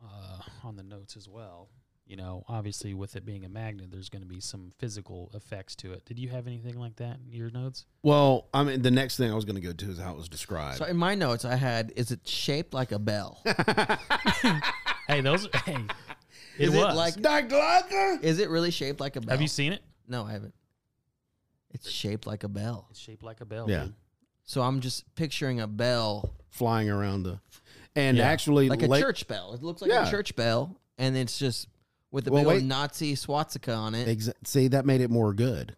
S7: uh, on the notes as well. You know, obviously with it being a magnet, there's going to be some physical effects to it. Did you have anything like that in your notes?
S5: Well, I mean, the next thing I was going to go to is how it was described.
S6: So in my notes, I had, is it shaped like a bell?
S7: Hey, those hey.
S6: Is it
S7: was.
S6: like-
S5: Doc Glocker?
S6: is it really shaped like a bell?
S7: Have you seen it?
S6: No, I haven't. It's shaped like a bell.
S7: It's shaped like a bell.
S5: Yeah.
S7: dude.
S6: So I'm just picturing a bell
S5: flying around the, and
S7: Yeah.
S5: actually
S6: like a
S5: late-
S6: church bell. It looks like
S5: Yeah.
S6: a church bell, and it's just with a
S5: Well,
S6: big
S5: wait.
S6: old Nazi swastika on it.
S5: Exa- see that made it more good,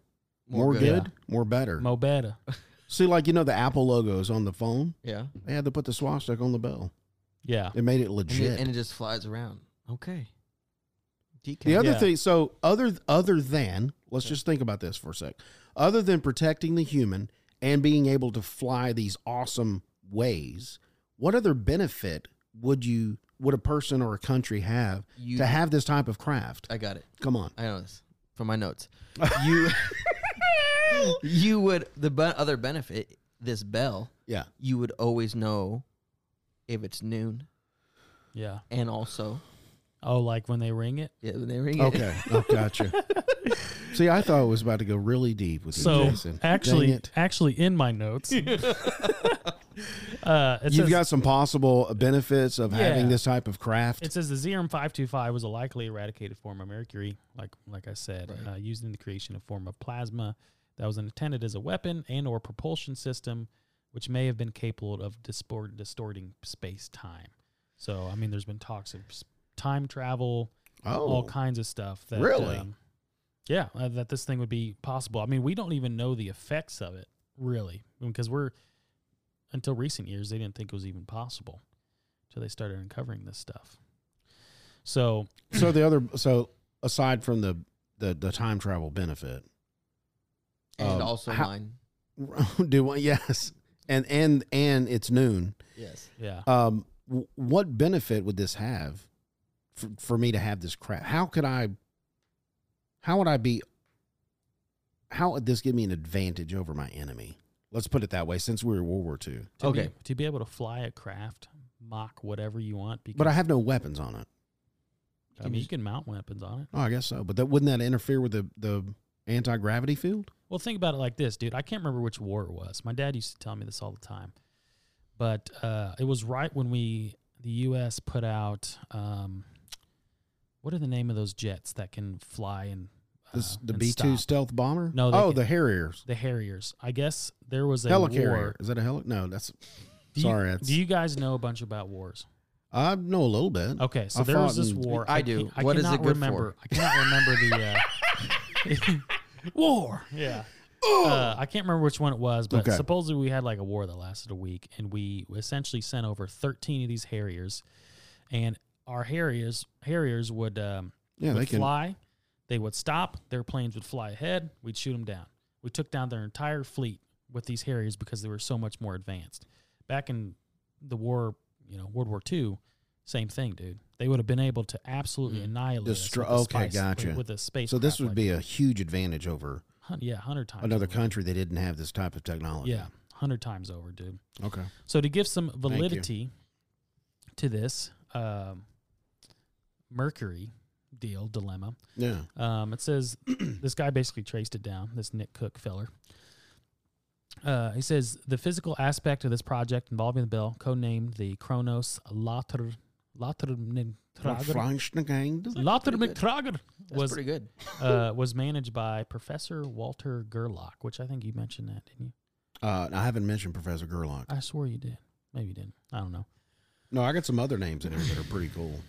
S5: more, good, more better.
S7: Mo Betta.
S5: see, like you know the Apple logos on the phone,
S6: Yeah,
S5: they had to put the swastika on the bell.
S7: Yeah.
S5: It made it
S6: and it,
S5: legit.
S6: and it just flies around. Okay, DK.
S5: the other
S7: Yeah.
S5: thing, so other other than let's just think about this for a sec. Other than protecting the human and being able to fly these awesome ways, what other benefit would you would a person or a country have
S6: You-
S5: to have this type of craft?
S6: I got it.
S5: Come on,
S6: I know this from my notes. You, you would the be- other benefit this bell.
S5: yeah,
S6: You would always know if it's noon,
S7: Yeah.
S6: and also
S7: Oh, like when they ring it?
S6: yeah, when they ring it.
S5: okay, oh, gotcha. See, I thought it was about to go really deep with you,
S7: So
S5: Jason. Dang
S7: actually,
S5: it.
S7: actually, in my notes, uh, it
S5: You've
S7: says,
S5: got some possible benefits of having
S7: Yeah.
S5: this type of craft.
S7: It says the ZRM five two five was a likely eradicated form of mercury, like like I said, uh, used in the creation of form of plasma that was intended as a weapon and or propulsion system, which may have been capable of dispor- distorting space time. So I mean, there's been talks of s- time travel, all
S5: oh,
S7: kinds of stuff. That, um,
S5: Really?
S7: yeah, uh, that this thing would be possible. I mean, we don't even know the effects of it, really, because we're until recent years they didn't think it was even possible until they started uncovering this stuff. So
S5: so the other, so aside from the the, the time travel benefit,
S6: and
S5: Um,
S6: also
S5: how-
S6: mine.
S5: do one yes, and and and it's noon.
S6: Yes,
S7: yeah,
S5: Um, w- what benefit would this have for, for me to have this craft? How could I? How would I be? How would this give me an advantage over my enemy? Let's put it that way. Since we were World War II,
S7: to
S6: Okay.
S7: be, to be able to fly a craft, mock whatever you want, because
S5: but I have no weapons on it.
S7: I mean you can mount weapons on it.
S5: Oh, I guess so. But that wouldn't that interfere with the the anti gravity field?
S7: Well, think about it like this, dude. I can't remember which war it was. My dad used to tell me this all the time, but uh, it was right when we the U.S. put out um, what are the name of those jets that can fly and uh,
S5: This, the
S7: and
S5: B two
S7: stop?
S5: stealth bomber?
S7: No, they
S5: Oh,
S7: can-
S5: the Harriers.
S7: the Harriers. I guess there was a
S5: Helicarrier.
S7: war.
S5: Is that a heli? No, that's.
S7: Do you,
S5: sorry, that's,
S7: do you guys know a bunch about wars?
S5: I know a little bit.
S7: Okay, so
S5: I
S7: there was
S5: fought
S7: this
S5: in-
S7: war.
S6: I do.
S7: can't- I
S6: What is
S7: cannot
S6: it good for?
S7: remember. I cannot remember the uh, war. Yeah. Uh, I can't remember which one it was, but
S5: Okay.
S7: supposedly we had like a war that lasted a week, and we essentially sent over 13 of these Harriers, and our Harriers Harriers would um,
S5: Yeah,
S7: would
S5: they can.
S7: fly. They would stop. Their planes would fly ahead. We'd shoot them down. We took down their entire fleet with these Harriers because they were so much more advanced. Back in the war, you know, World War II, same thing, dude. They would have been able to absolutely annihilate us
S5: Destroy-
S7: with a
S5: Mm. okay,
S7: spice-
S5: gotcha.
S7: With, with a space.
S5: So this would be a huge advantage over
S7: yeah, hundred times.
S5: another
S7: over.
S5: country that didn't have this type of technology.
S7: Yeah, hundred times over, dude.
S5: Okay.
S7: So to give some
S5: you.
S7: validity to this um, Mercury deal dilemma,
S5: Yeah.
S7: Um, it says this guy basically traced it down. This Nick Cook feller. Uh, he says the physical aspect of this project involving the bell, codenamed the Kronos Latr Latrmitrager, Latrmitrager, was
S6: pretty good.
S7: uh, was managed by Professor Walter Gerlach, which I think you mentioned that, didn't you?
S5: Uh, I haven't mentioned Professor Gerlach.
S7: I swore you did. Maybe you didn't. I don't know.
S5: No, I got some other names in here that are pretty cool.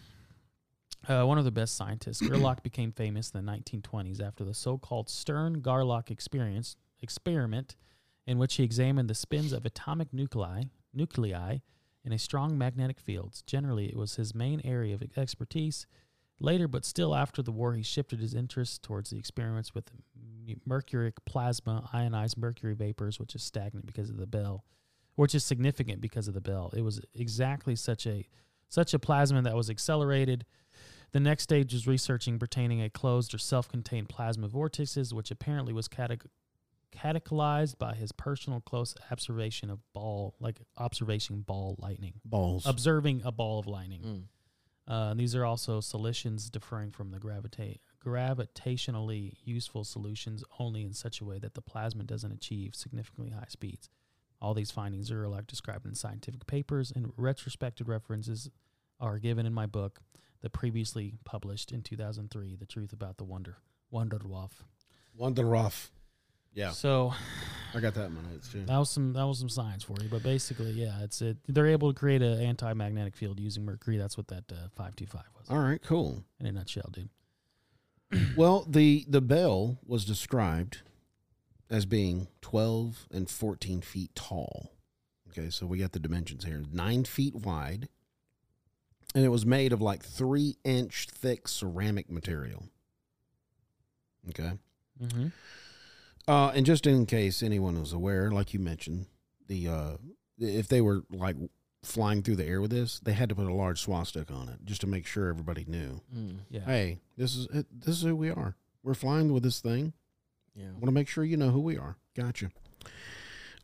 S7: Uh, one of the best scientists, Gerlach became famous in the 1920s after the so-called Stern-Gerlach experience experiment, in which he examined the spins of atomic nuclei nuclei in a strong magnetic fields. Generally, it was his main area of expertise. Later, but still after the war, he shifted his interest towards the experiments with mu- mercuric plasma, ionized mercury vapors, which is stagnant because of the bell, which is significant because of the bell. It was exactly such a such a plasma that was accelerated. The next stage was researching pertaining a closed or self-contained plasma vortices, which apparently was categ- cataclysed by his personal close observation of ball, like observation ball lightning
S5: Balls.
S7: observing a ball of
S6: Mm,
S7: lightning. Uh, and these are also solutions differing from the gravita- gravitationally useful solutions only in such a way that the plasma doesn't achieve significantly high speeds. All these findings are like described in scientific papers, and retrospective references are given in my book, the previously published in 2003, "The Truth About the Wonder Wonderwaff."
S5: Wonderhoff. Yeah,
S7: So
S5: I got that in my notes too.
S7: that was some that was some science for you. But basically, yeah, it's it. They're able to create an anti magnetic field using mercury. That's what that uh, five two five was
S5: All right, cool.
S7: in a nutshell, dude.
S5: Well, the the bell was described as being 12 and 14 feet tall. Okay, so we got the dimensions here. 9 feet wide. And it was made of like 3 inch thick ceramic material. Okay.
S7: Mm-hmm.
S5: Uh, and just in case anyone was aware, like you mentioned, the uh, if they were like flying through the air with this, they had to put a large swastika on it just to make sure everybody knew.
S6: mm,
S7: Yeah.
S5: Hey, this is it- this is who we are. We're flying with this thing.
S6: Yeah.
S5: Want to make sure you know who we are. Gotcha.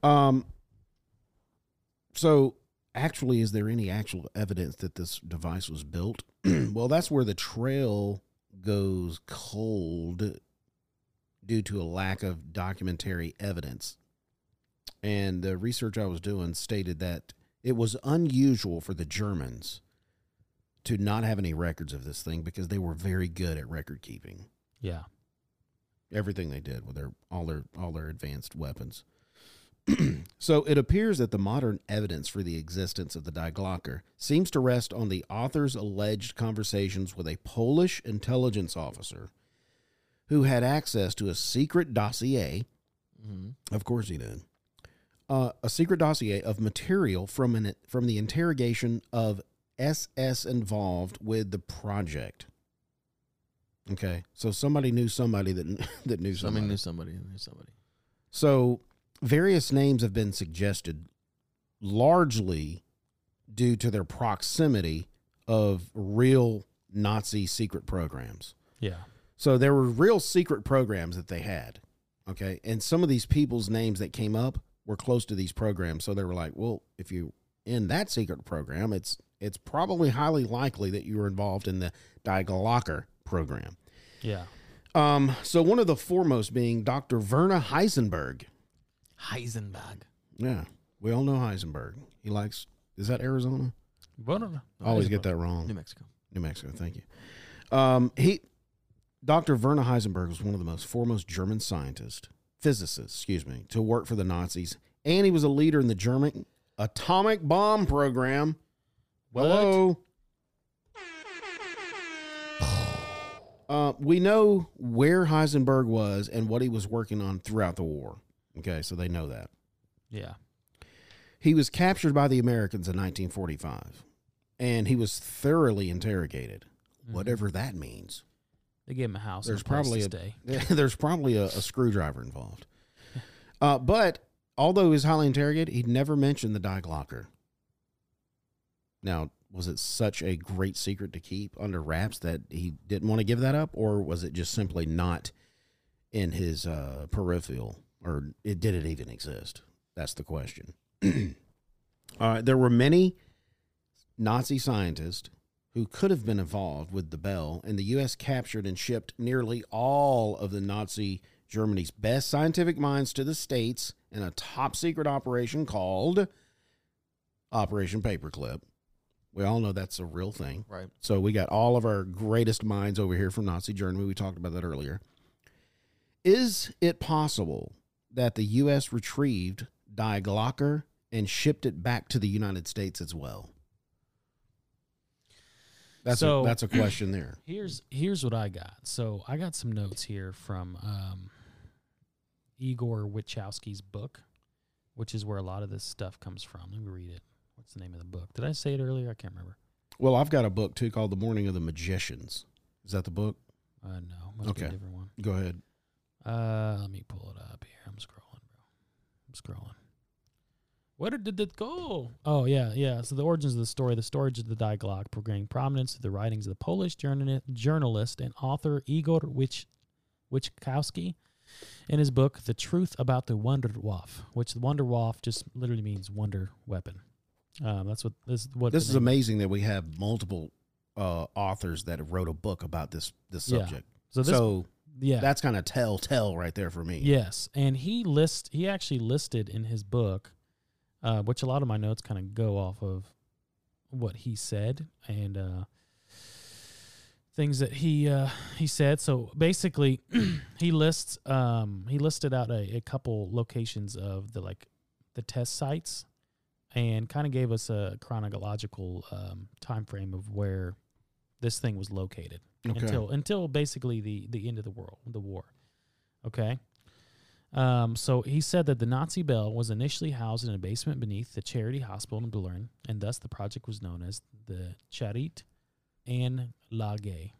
S5: Um. So, actually, is there any actual evidence that this device was built? well, that's where the trail goes cold due to a lack of documentary evidence. And the research I was doing stated that it was unusual for the Germans to not have any records of this thing because they were very good at record keeping
S7: Yeah.
S5: everything they did with their all their all their advanced weapons. so it appears that the modern evidence for the existence of the Diglocker seems to rest on the author's alleged conversations with a Polish intelligence officer who had access to a secret dossier.
S6: Mm-hmm.
S5: Of course he did. Uh, a secret dossier of material from an from the interrogation of SS involved with the project. Okay, so somebody knew somebody that kn- that knew somebody.
S6: Somebody knew somebody and knew somebody.
S5: So, various names have been suggested, largely due to their proximity of real Nazi secret programs.
S7: Yeah.
S5: So, there were real secret programs that they had. Okay. And some of these people's names that came up were close to these programs. So, they were like, well, if you in that secret program, it's it's probably highly likely that you were involved in the Die Glocker program.
S7: Yeah.
S5: Um, so one of the foremost being Dr. Werner Heisenberg.
S6: Heisenberg.
S5: Yeah, we all know Heisenberg. He likes. Is that Arizona?
S7: But, uh,
S5: I always get
S6: Heisenberg.
S5: that
S6: New
S5: wrong.
S6: Mexico.
S5: New Mexico. Thank you. Um, he, Dr. Werner Heisenberg was one of the most foremost German scientists, physicists, excuse me, to work for the Nazis, and he was a leader in the German atomic bomb program. Hello. Uh, we know where Heisenberg was and what he was working on throughout the war. Okay, so they know that.
S7: Yeah.
S5: He was captured by the Americans in 1945, and he was thoroughly interrogated, whatever that means.
S7: They gave him a house.
S5: There's
S7: and a place
S5: probably
S7: to
S5: a
S7: stay.
S5: there's probably a, a screwdriver involved. Uh, but although he was highly interrogated, he never mentioned the die Glocker. Now, was it such a great secret to keep under wraps that he didn't want to give that up, or was it just simply not in his uh, peripheral, or it, did it even exist? That's the question. uh, there were many Nazi scientists who could have been involved with the Bell, and the U.S. captured and shipped nearly all of the Nazi Germany's best scientific minds to the States in a top secret operation called Operation Paperclip. We all know that's a real thing.
S6: Right.
S5: So we got all of our greatest minds over here from Nazi Germany. We talked about that earlier. Is it possible that the U.S. retrieved Die Glocker and shipped it back to the United States as well? That's
S7: So-
S5: a, that's a question there.
S7: Here's here's what I got. So I got some notes here from um, Igor Wachowski's book, which is where a lot of this stuff comes from. Let me read it. What's the name of the book? Did I say it earlier? I can't remember.
S5: Well, I've got a book too called The Morning of the Magicians. Is that the book?
S7: Uh, no, must be a
S5: Okay.
S7: different one.
S5: Go ahead.
S7: Uh, let me pull it up here. I'm scrolling, bro. I'm scrolling. Where did it go? Oh yeah, yeah. So the origins of the story, the storage of the Die Glock, gained prominence through the writings of the Polish journal- journalist and author Igor Wich- Wichkowski in his book *The Truth About the Wunderwaffe*, which the Wunderwaffe just literally means wonder weapon. Um, that's what this what the
S5: This is
S7: name-
S5: amazing that we have multiple uh, authors that have wrote a book about this this
S7: Yeah.
S5: subject.
S7: So this,
S5: so
S7: yeah,
S5: that's kind of telltale right there for me.
S7: Yes, and he list he actually listed in his book, uh, which a lot of my notes kind of go off of what he said, and uh, things that he uh, he said. So basically, he lists um, he listed out a, a couple locations of the like the test sites, and kind of gave us a chronological um, time frame of where this thing was located
S5: Okay.
S7: until until basically the the end of the world, the war. Okay. Um, so he said that the Nazi bell was initially housed in a basement beneath the charity hospital in Boulogne, and thus the project was known as the Charite and Lague.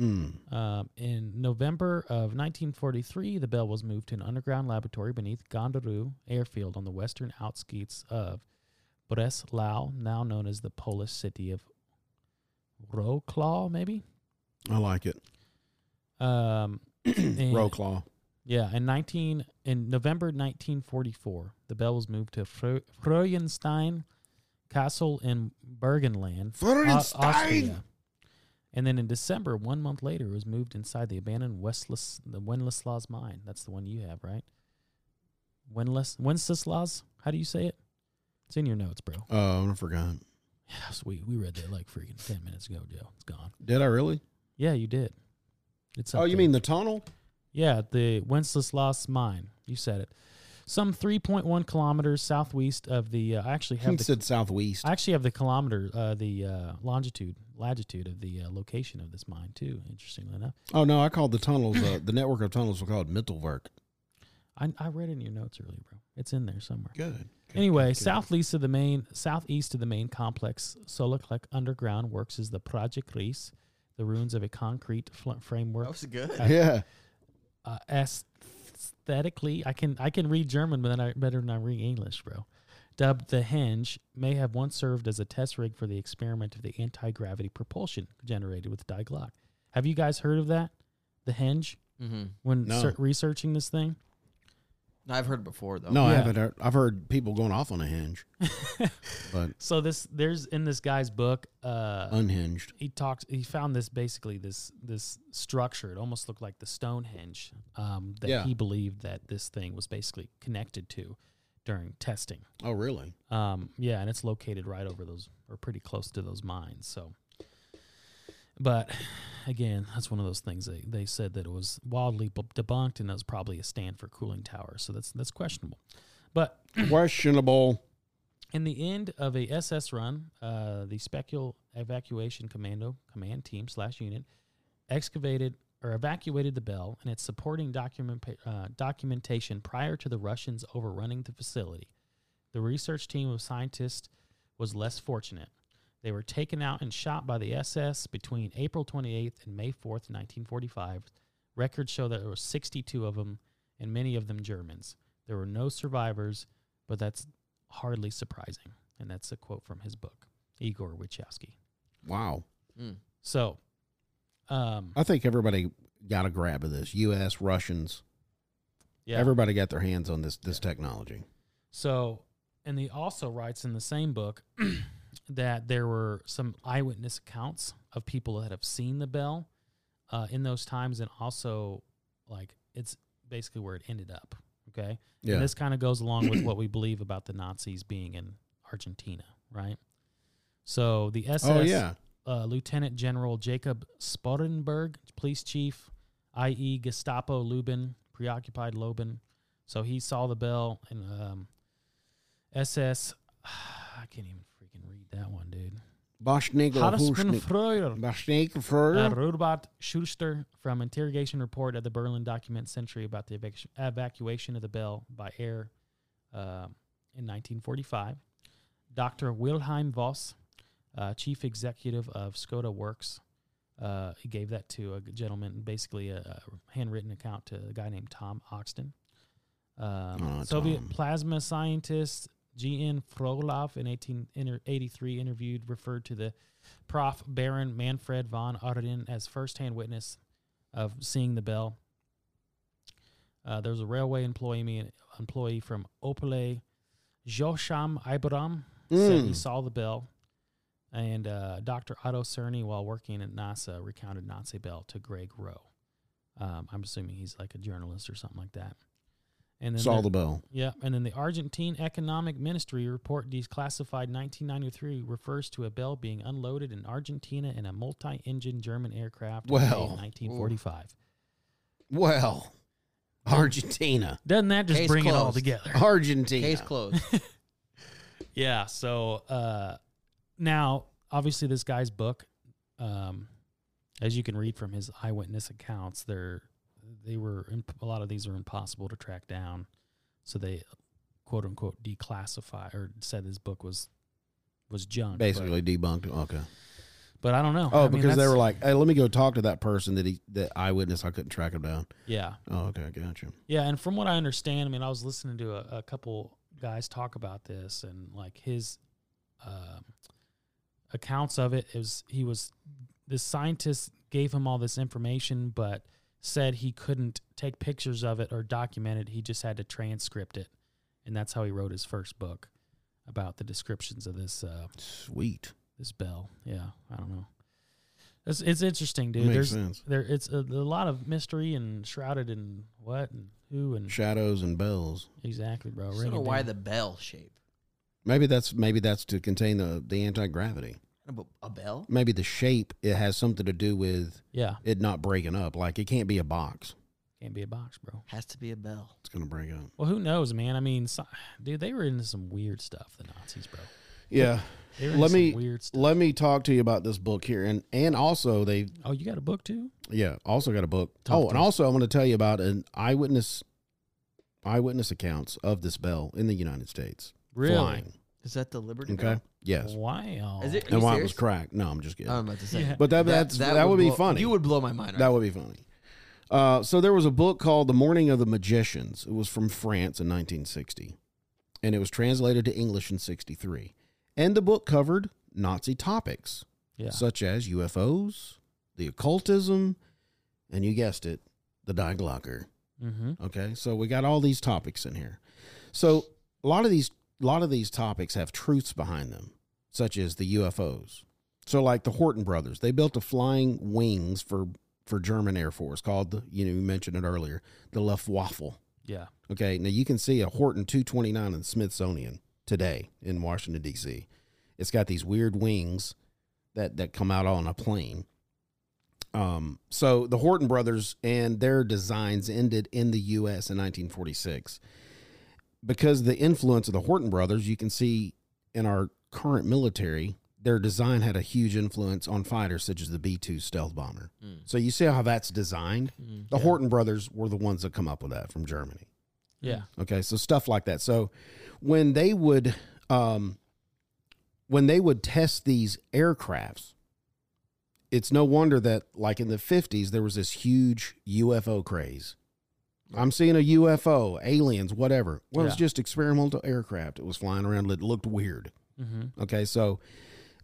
S5: Mm.
S7: Um, in November of 1943, the bell was moved to an underground laboratory beneath Gondaru airfield on the western outskirts of Breslau, now known as the Polish city of Wrocław, maybe?
S5: I like it.
S7: Um, and-
S5: Row claw.
S7: yeah, in nineteen in November nineteen forty four, the bell was moved to Fro- Freudenstein Castle in Bergenland, Au-
S5: Freudenstein!
S7: And then in December, one month later, it was moved inside the abandoned Westless the Wenloslaus mine. That's the one you have, right? Wenles Wenceslaus. How do you say it? It's in your notes, bro.
S5: Oh, I forgot.
S7: Yeah, sweet. We read that like freaking ten minutes ago, Joe. It's gone.
S5: Did I really?
S7: Yeah, you did. It's up
S5: Oh, you
S7: there.
S5: mean the tunnel?
S7: Yeah, the Wenceslaus Mine. You said it. Some 3.1 kilometers southwest of the. Uh, I actually
S5: He
S7: have the.
S5: said southwest.
S7: I actually have the kilometer, uh, the uh, longitude, latitude of the uh, location of this mine too. Interestingly enough,
S5: Oh no, I called the tunnels. Uh, the network of tunnels were called Mittelwerk.
S7: I, I read it in your notes earlier, bro. It's in there somewhere.
S5: Good.
S7: Anyway, southeast of the main southeast of the main complex, Solaklek Underground works is the Project Reese, the ruins of a concrete fl- framework
S5: Oh,
S6: That was good.
S5: Yeah.
S7: uh, aesthetically, I can I can read German, but then I better than I read English, bro. Dubbed the Henge may have once served as a test rig for the experiment of the anti gravity propulsion generated with Die Glock. Have you guys heard of that? The Henge
S6: Mm-hmm.
S7: when
S5: No.
S7: cer- researching this thing.
S6: I've heard it before though.
S5: No, I
S7: Yeah.
S5: haven't. Heard, I've heard people going off on a hinge, but
S7: So this there's in this guy's book. Uh,
S5: unhinged.
S7: he talked. He found this basically this this structure. It almost looked like the Stonehenge um, that
S5: Yeah.
S7: he believed that this thing was basically connected to during testing.
S5: Oh, really?
S7: Um, yeah, and it's located right over those or pretty close to those mines. So, but again, that's one of those things they, they said that it was wildly b- debunked and that was probably a stand for cooling towers. So that's that's questionable. But
S5: Questionable.
S7: in the end of a SS run, uh, the Specul Evacuation Commando Command Team slash Unit excavated or evacuated the bell and its supporting document uh, documentation prior to the Russians overrunning the facility. The research team of scientists was less fortunate. They were taken out and shot by the SS between April 28th and May 4th, 1945. Records show that there were 62 of them, and many of them Germans. There were no survivors, but that's hardly surprising. And that's a quote from his book, Igor Wachowski.
S5: Wow.
S6: Mm.
S7: So, um,
S5: I think everybody got a grab of this. U.S. Russians.
S7: yeah.
S5: Everybody got their hands on this this technology.
S7: So, and he also writes in the same book that there were some eyewitness accounts of people that have seen the bell uh, in those times, and also like it's basically where it ended up. Okay,
S5: Yeah.
S7: and this kind of goes along with what we believe about the Nazis being in Argentina, right? So the SS,
S5: oh yeah.
S7: uh, Lieutenant General Jacob Sporenberg, police chief, i.e., Gestapo Lubin, preoccupied Lubin. So he saw the bell and um, SS. I can't even freaking read that one, dude.
S5: Boschnegel.
S7: Horace
S5: Huschnegel-
S7: Freuder.
S5: Boschnegel. Freuder.
S7: Uh, Rudbart Schuster from interrogation report at the Berlin Document Century about the evacu- evacuation of the Bell by air uh, in 1945. Dr. Wilhelm Voss, uh, chief executive of Skoda Works, uh, he gave that to a gentleman, basically a, a handwritten account to a guy named Tom Oxton. Um,
S5: Oh,
S7: Soviet
S5: Tom.
S7: plasma scientist G.N. Frolov in 1883 interviewed referred to the Prof. Baron Manfred von Arden as first-hand witness of seeing the bell. Uh, there was a railway employee, me- employee from Opole, Josham Ibaram, said he
S5: Mm.
S7: saw the bell. And uh, Dr. Otto Cerny, while working at NASA, recounted Nazi Bell to Greg Rowe. Um, I'm assuming he's like a journalist or something like that. And then
S5: Saw
S7: the-
S5: the bell.
S7: yeah, and then the Argentine Economic Ministry report declassified 1993 refers to a bell being unloaded in Argentina in a multi-engine German aircraft in May
S5: Well,
S7: 1945.
S5: Well, Argentina.
S7: Doesn't that just
S6: Case
S7: bring it all
S6: closed.
S7: together?
S5: Argentina.
S6: Case closed.
S7: Yeah. So uh, now, obviously, this guy's book, um, as you can read from his eyewitness accounts, they're they were imp- a lot of these are impossible to track down, so they quote unquote declassify or said his book was was junk. but-
S5: Basically debunked. Okay.
S7: but, I don't know.
S5: Oh,
S7: I mean,
S5: because they
S7: that's-
S5: were like, "Hey, let me go talk to that person that he that eyewitness. I couldn't track him down."
S7: yeah,
S5: Oh, okay, gotcha.
S7: yeah, and from what I understand, I mean, I was listening to a, a couple guys talk about this and like his um accounts of it is he was the scientist gave him all this information but said he couldn't take pictures of it or document it he just had to transcript it and that's how he wrote his first book about the descriptions of this uh,
S5: Sweet.
S7: this bell yeah i don't know it's, it's interesting dude
S5: Makes
S7: there's
S5: sense.
S7: there it's a, a lot of mystery and shrouded in what and who
S5: Mm-hmm.
S7: and
S5: Shadows and bells.
S7: exactly bro
S6: I don't know
S7: Ring-a-ding.
S6: why the bell shape.
S5: Maybe that's maybe that's to contain the the anti gravity.
S6: But A bell?
S5: Maybe the shape it has something to do with
S7: yeah
S5: it not breaking up. Like it can't be a box.
S7: can't be a box bro
S6: Has to be a bell.
S5: It's gonna break up.
S7: well who knows man i mean so, dude they were into some weird stuff the nazis bro
S5: Yeah.
S7: They were into
S5: Let
S7: some
S5: me
S7: weird stuff.
S5: let me talk to you about this book here, and and also they
S7: Oh, you got a book too?
S5: Yeah, also got a book.
S7: Talk
S5: oh,
S7: to
S5: and
S7: us.
S5: also I'm going to tell you about an eyewitness eyewitness accounts of this bell in the United States.
S7: Really?
S5: Flying.
S6: Is that the Liberty
S5: Okay.
S6: Bell?
S5: Yes.
S7: Wow.
S6: Is it? Are you
S5: And why it
S6: serious?
S5: was cracked? No, I'm just kidding.
S6: I'm about to say.
S7: Yeah.
S5: but that, that's that, would, be
S6: blow-
S5: funny.
S6: You would blow my mind. Right?
S5: that would be funny. Uh, so there was a book called The Morning of the Magicians. It was from France in 1960, and it was translated to English in 63. And the book covered Nazi topics
S7: Yeah.
S5: such as UFOs, the occultism, and you guessed it, the Die Glocker.
S7: mm-hmm.
S5: Okay, so we got all these topics in here. So a lot of these, a lot of these topics have truths behind them, such as the UFOs. So like the Horton brothers, they built a flying wings for for German Air Force called the, you know, you mentioned it earlier, the Luftwaffe.
S7: Yeah.
S5: Okay, now you can see a Horton 229 in the Smithsonian today in Washington D.C. It's got these weird wings that that come out on a plane. Um, so the Horton brothers and their designs ended in the U.S. in 1946 because of the influence of the Horton brothers. You can see in our current military, their design had a huge influence on fighters such as the B-2 stealth bomber. So you see how that's designed. The Horton brothers were the ones that come up with that from Germany. Hmm.
S7: Yeah.
S5: Okay, so stuff like that. So when they would um when they would test these aircrafts, it's no wonder that like in the 50s there was this huge UFO craze. I'm seeing a UFO, aliens, whatever. Well, it's
S7: Yeah.
S5: just experimental aircraft. It was flying around, it looked weird.
S7: Mm-hmm.
S5: Okay, so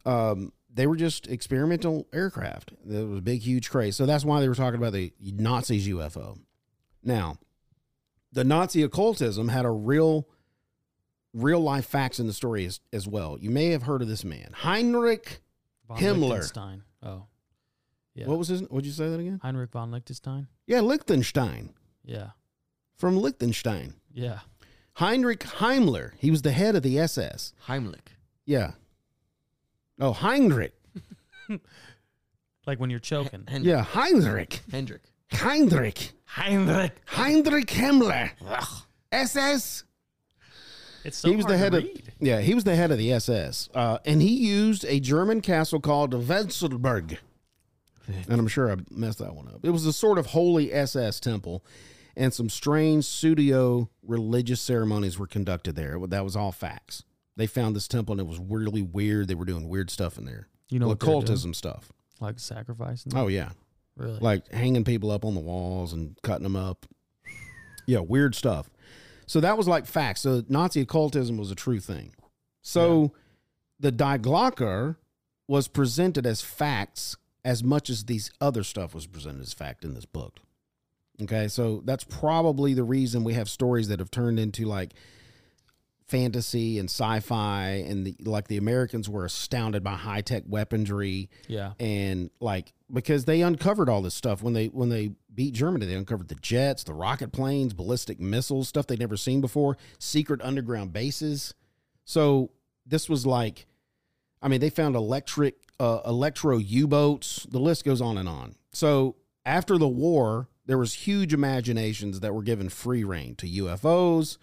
S5: um, they were just experimental aircraft. There was a big, huge craze. So that's why they were talking about the Nazis UFO. Now, the Nazi occultism had a real, real life facts in the story as, as well. You may have heard of this man, Heinrich.
S7: Von
S5: Himmler.
S7: Lichtenstein. Oh. Yeah.
S5: What was his? Would you say that again?
S7: Heinrich von Lichtenstein?
S5: Yeah, Liechtenstein
S7: Yeah.
S5: from Liechtenstein.
S7: Yeah.
S5: Heinrich Heimler. He was the head of the SS.
S6: Heimlich.
S5: Yeah. Oh, Heinrich.
S7: Like when you're choking.
S6: Hen-
S5: Yeah, Heinrich.
S6: Hendrick.
S5: Heinrich.
S7: Heinrich.
S5: Heinrich Himmler. SS.
S7: It's so
S5: he was the head of yeah. He was the head of the SS, uh, and he used a German castle called Wenzelberg. And I'm sure I messed that one up. It was a sort of holy SS temple, and some strange pseudo religious ceremonies were conducted there. That was all facts. They found this temple and it was really weird. They were doing weird stuff in there.
S7: You know what they were doing?
S5: occultism stuff.
S7: like sacrificing.
S5: Oh yeah,
S7: really?
S5: like hanging people up on the walls and cutting them up. Yeah, weird stuff. So that was like facts. So Nazi occultism was a true thing. So the Die Glocker was presented as facts as much as these other stuff was presented as fact in this book. Okay, so that's probably the reason we have stories that have turned into like fantasy and sci-fi and the, like the Americans were astounded by high-tech weaponry
S7: Yeah.
S5: and like because they uncovered all this stuff when they when they beat Germany they uncovered the jets, the rocket planes, ballistic missiles, stuff they'd never seen before, secret underground bases. So this was like I mean they found electric uh, electro U-boats, the list goes on and on. So after the war there was huge imaginations that were given free reign to UFOs,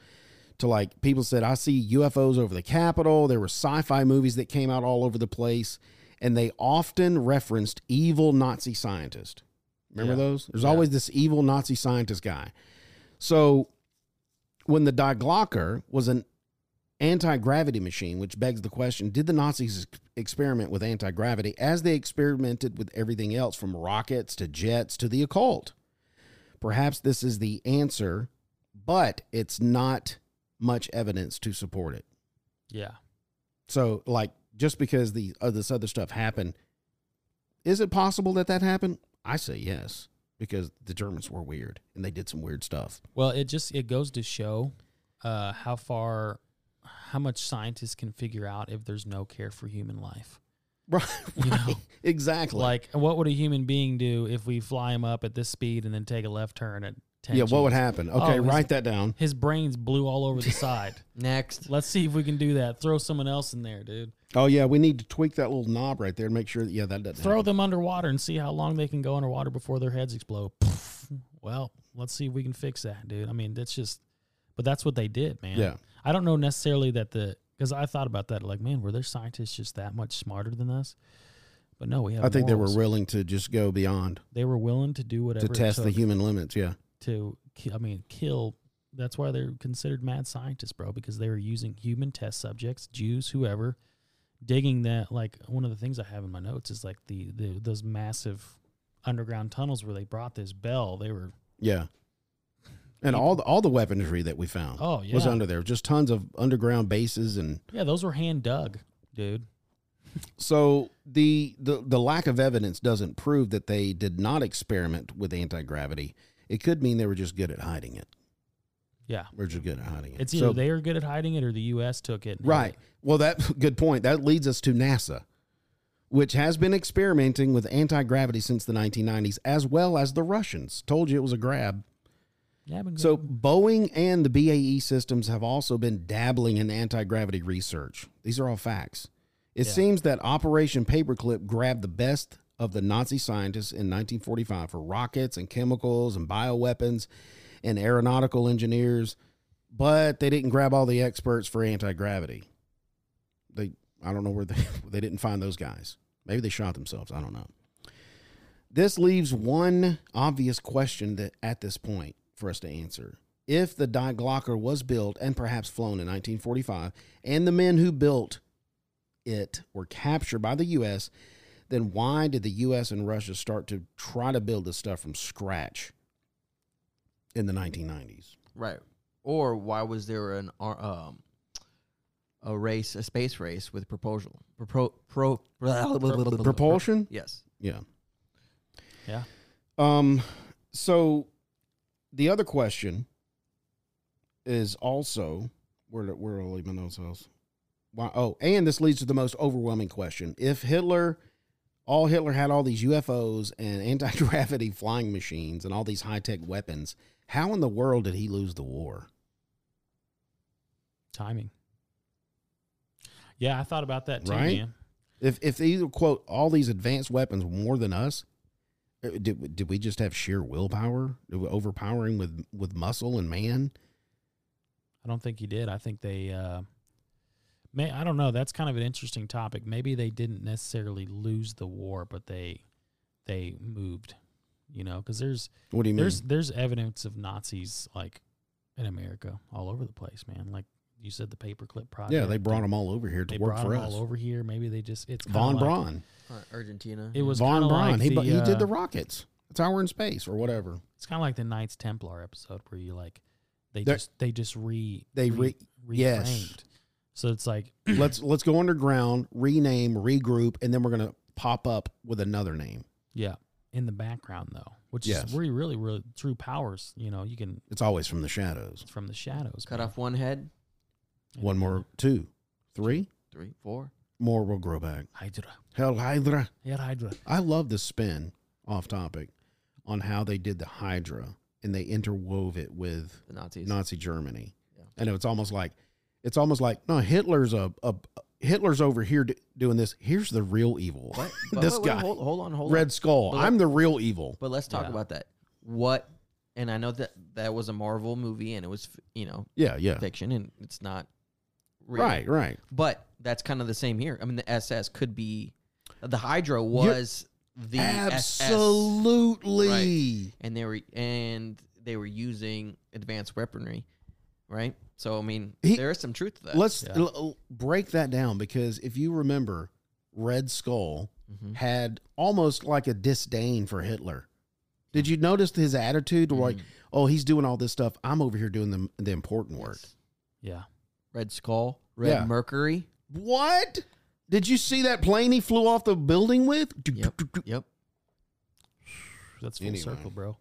S5: to like people said I see UFOs over the Capitol. There were sci-fi movies that came out all over the place, and they often referenced evil Nazi scientist. Remember
S7: Yeah.
S5: those? There's
S7: Yeah.
S5: always this evil Nazi scientist guy. So when the Die Glocker was an anti-gravity machine, which begs the question: Did the Nazis ex- experiment with anti-gravity as they experimented with everything else, from rockets to jets to the occult? Perhaps this is the answer, but it's not much evidence to support it.
S7: Yeah.
S5: So, like, just because the uh, this other stuff happened, is it possible that that happened? I say yes, because the Germans were weird and they did some weird stuff.
S7: Well, it just it goes to show uh, how far, how much scientists can figure out if there's no care for human life.
S5: Right?
S7: You know,
S5: exactly.
S7: Like, what would a human being do if we fly him up at this speed and then take a left turn at ten?
S5: yeah. What
S7: Gs?
S5: would happen? Okay,
S7: Oh, his-
S5: write that down.
S7: His brains blew all over the side.
S6: Next.
S7: Let's see if we can do that. Throw someone else in there, dude.
S5: Oh yeah, we need to tweak that little knob right there to make sure. That, yeah, that doesn't.
S7: Throw
S5: happen.
S7: them underwater and see how long they can go underwater before their heads explode. Poof. Well, let's see if we can fix that, dude. I mean, that's just, but that's what they did, man.
S5: Yeah.
S7: I don't know necessarily that the because I thought about that like man were their scientists just that much smarter than us? But no, we have.
S5: I think
S7: morals.
S5: they were willing to just go beyond
S7: They were willing to do
S5: to
S7: whatever
S5: test
S7: it
S5: the
S7: took
S5: human limits. Yeah.
S7: to ki- I mean kill. That's why they're considered mad scientists, bro, because they were using human test subjects, Jews, whoever, digging that. Like one of the things I have in my notes is like the, the those massive underground tunnels where they brought this bell. They were
S5: Yeah. And all the all the weaponry that we found
S7: Oh,
S5: was
S7: yeah.
S5: under there. Just tons of underground bases and
S7: yeah, those were hand dug, dude.
S5: So the, the the lack of evidence doesn't prove that they did not experiment with anti gravity. It could mean they were just good at hiding it.
S7: Yeah,
S5: We're just good at hiding it.
S7: it's either
S5: So-
S7: they are good at hiding it or the U.S. took it. and hid
S5: right.
S7: it.
S5: Well, that good point. That leads us to NASA, which has been experimenting with anti gravity since the 1990s, as well as the Russians. Told you it was a grab.
S7: Yeah, I've been
S5: So Boeing and the BAE systems have also been dabbling in anti-gravity research. These are all facts. It
S7: Yeah.
S5: seems that Operation Paperclip grabbed the best of the Nazi scientists in 1945 for rockets and chemicals and bioweapons and aeronautical engineers, but they didn't grab all the experts for anti-gravity. They I don't know where they they didn't find those guys. Maybe they shot themselves, I don't know. This leaves one obvious question that at this point for us to answer. If the Die Glocker was built and perhaps flown in 1945, and the men who built it were captured by the U.S., then why did the U.S. and Russia start to try to build this stuff from scratch in the 1990s?
S6: Right. Or why was there an ar- um, a race, a space race with proposal? Pro, pro,
S5: Propulsion?
S6: Yes.
S5: Yeah.
S7: Yeah.
S5: Um, so the other question is also where where are leaving those else? Why? Oh, and this leads to the most overwhelming question: If Hitler, all Hitler had all these UFOs and anti gravity flying machines and all these high tech weapons, how in the world did he lose the war?
S7: timing. Yeah, I thought about that too,
S5: Right?
S7: man.
S5: If if these were, quote all these advanced weapons were more than us, uh, did did we just have sheer willpower? Did we overpowering with with muscle and man?
S7: I don't think he did. I think they uh may I don't know, that's kind of an interesting topic. Maybe they didn't necessarily lose the war, but they they moved, you know, cuz there's
S5: What do you mean?
S7: there's there's evidence of Nazis like in America all over the place, man. Like you said the paperclip project.
S5: Yeah, they brought them all over here to
S7: they
S5: work
S7: brought
S5: for
S7: 'em
S5: us.
S7: all over here. Maybe they just it's kinda
S5: Von
S7: like-
S5: Braun.
S6: Uh, Argentina.
S7: It was
S5: Von
S7: kinda
S5: Braun.
S7: Like
S5: he, bu-
S7: the,
S5: he did
S7: uh,
S5: the rockets. It's Hour in Space or whatever.
S7: It's kind of like the Knights Templar episode where you like they
S5: They're-
S7: just they just re
S5: They re- yes.
S7: reframed. So it's like
S5: let's let's go underground, rename, regroup, and then we're gonna pop up with another name.
S7: yeah, in the background though, which
S5: Yes.
S7: is where you really really true powers. You know, you can
S5: It's always from the shadows.
S7: from the shadows.
S6: Cut
S7: man.
S6: off one head,
S5: One more, two, three
S6: Three, four.
S5: more will grow back.
S7: Hydra.
S5: Hell, Hydra.
S7: Yeah, Hydra.
S5: I love the spin off topic on how they did the Hydra and they interwove it with
S6: The Nazis.
S5: Nazi Germany.
S6: Yeah.
S5: And it's almost like it's almost like no Hitler's a, a Hitler's over here d- doing this. Here's the real evil.
S6: What? But
S5: this
S6: wait, wait,
S5: guy,
S6: hold, hold on, hold
S5: Red
S6: on.
S5: Skull.
S6: But-
S5: I'm the real evil.
S6: But let's talk
S7: Yeah.
S6: about that. What? And I know that that was a Marvel movie, and it was you know
S5: Yeah, yeah.
S6: fiction, and it's not real.
S5: Right, right.
S6: But that's kind of the same here. I mean, the SS could be the Hydra was the SS,
S5: Absolutely.
S6: and they were and they were using advanced weaponry, right? So I mean,
S5: He-
S6: there is some truth to that.
S5: Let's
S7: Yeah.
S5: l- l- break that down because if you remember, Red Skull
S6: Mm-hmm.
S5: had almost like a disdain for Hitler. Did you notice his attitude?
S6: Mm.
S5: Like, oh, he's doing all this stuff. I'm over here doing the, the important work.
S7: Yeah.
S6: Red Skull, Red
S5: Yeah.
S6: Mercury.
S5: What? Did you see that plane he flew off the building with?
S6: Yep, yep.
S7: That's full
S5: Anyway.
S7: circle, bro.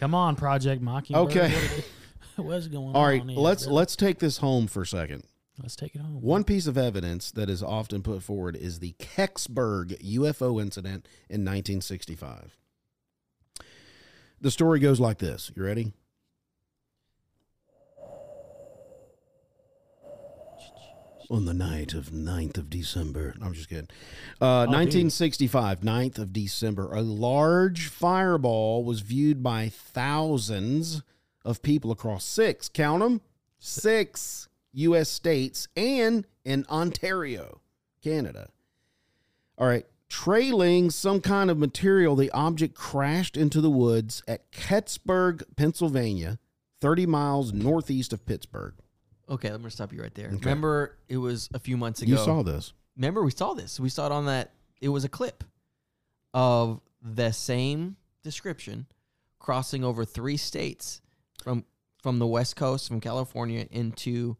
S7: Come on, Project Mockingbird.
S5: Okay.
S7: What- What's going on?
S5: All right.
S7: here,
S5: Let's
S7: bro?
S5: let's take this home for a second.
S7: let's take it home.
S5: One piece of evidence that is often put forward is the Kecksburg UFO incident in 1965. The story goes like this. You ready? On the night of 9th of December. I'm just kidding. Uh, 1965, 9th of December, a large fireball was viewed by thousands of people across six, count them, six U.S. states and in Ontario, Canada. All right. Trailing some kind of material, the object crashed into the woods at Kettsburg, Pennsylvania, 30 miles northeast of Pittsburgh.
S6: Okay, let me stop you right there. Remember, it was a few months ago.
S5: You saw this.
S6: remember we saw this. We saw it on that. It was a clip of the same description crossing over three states from from the West Coast from California into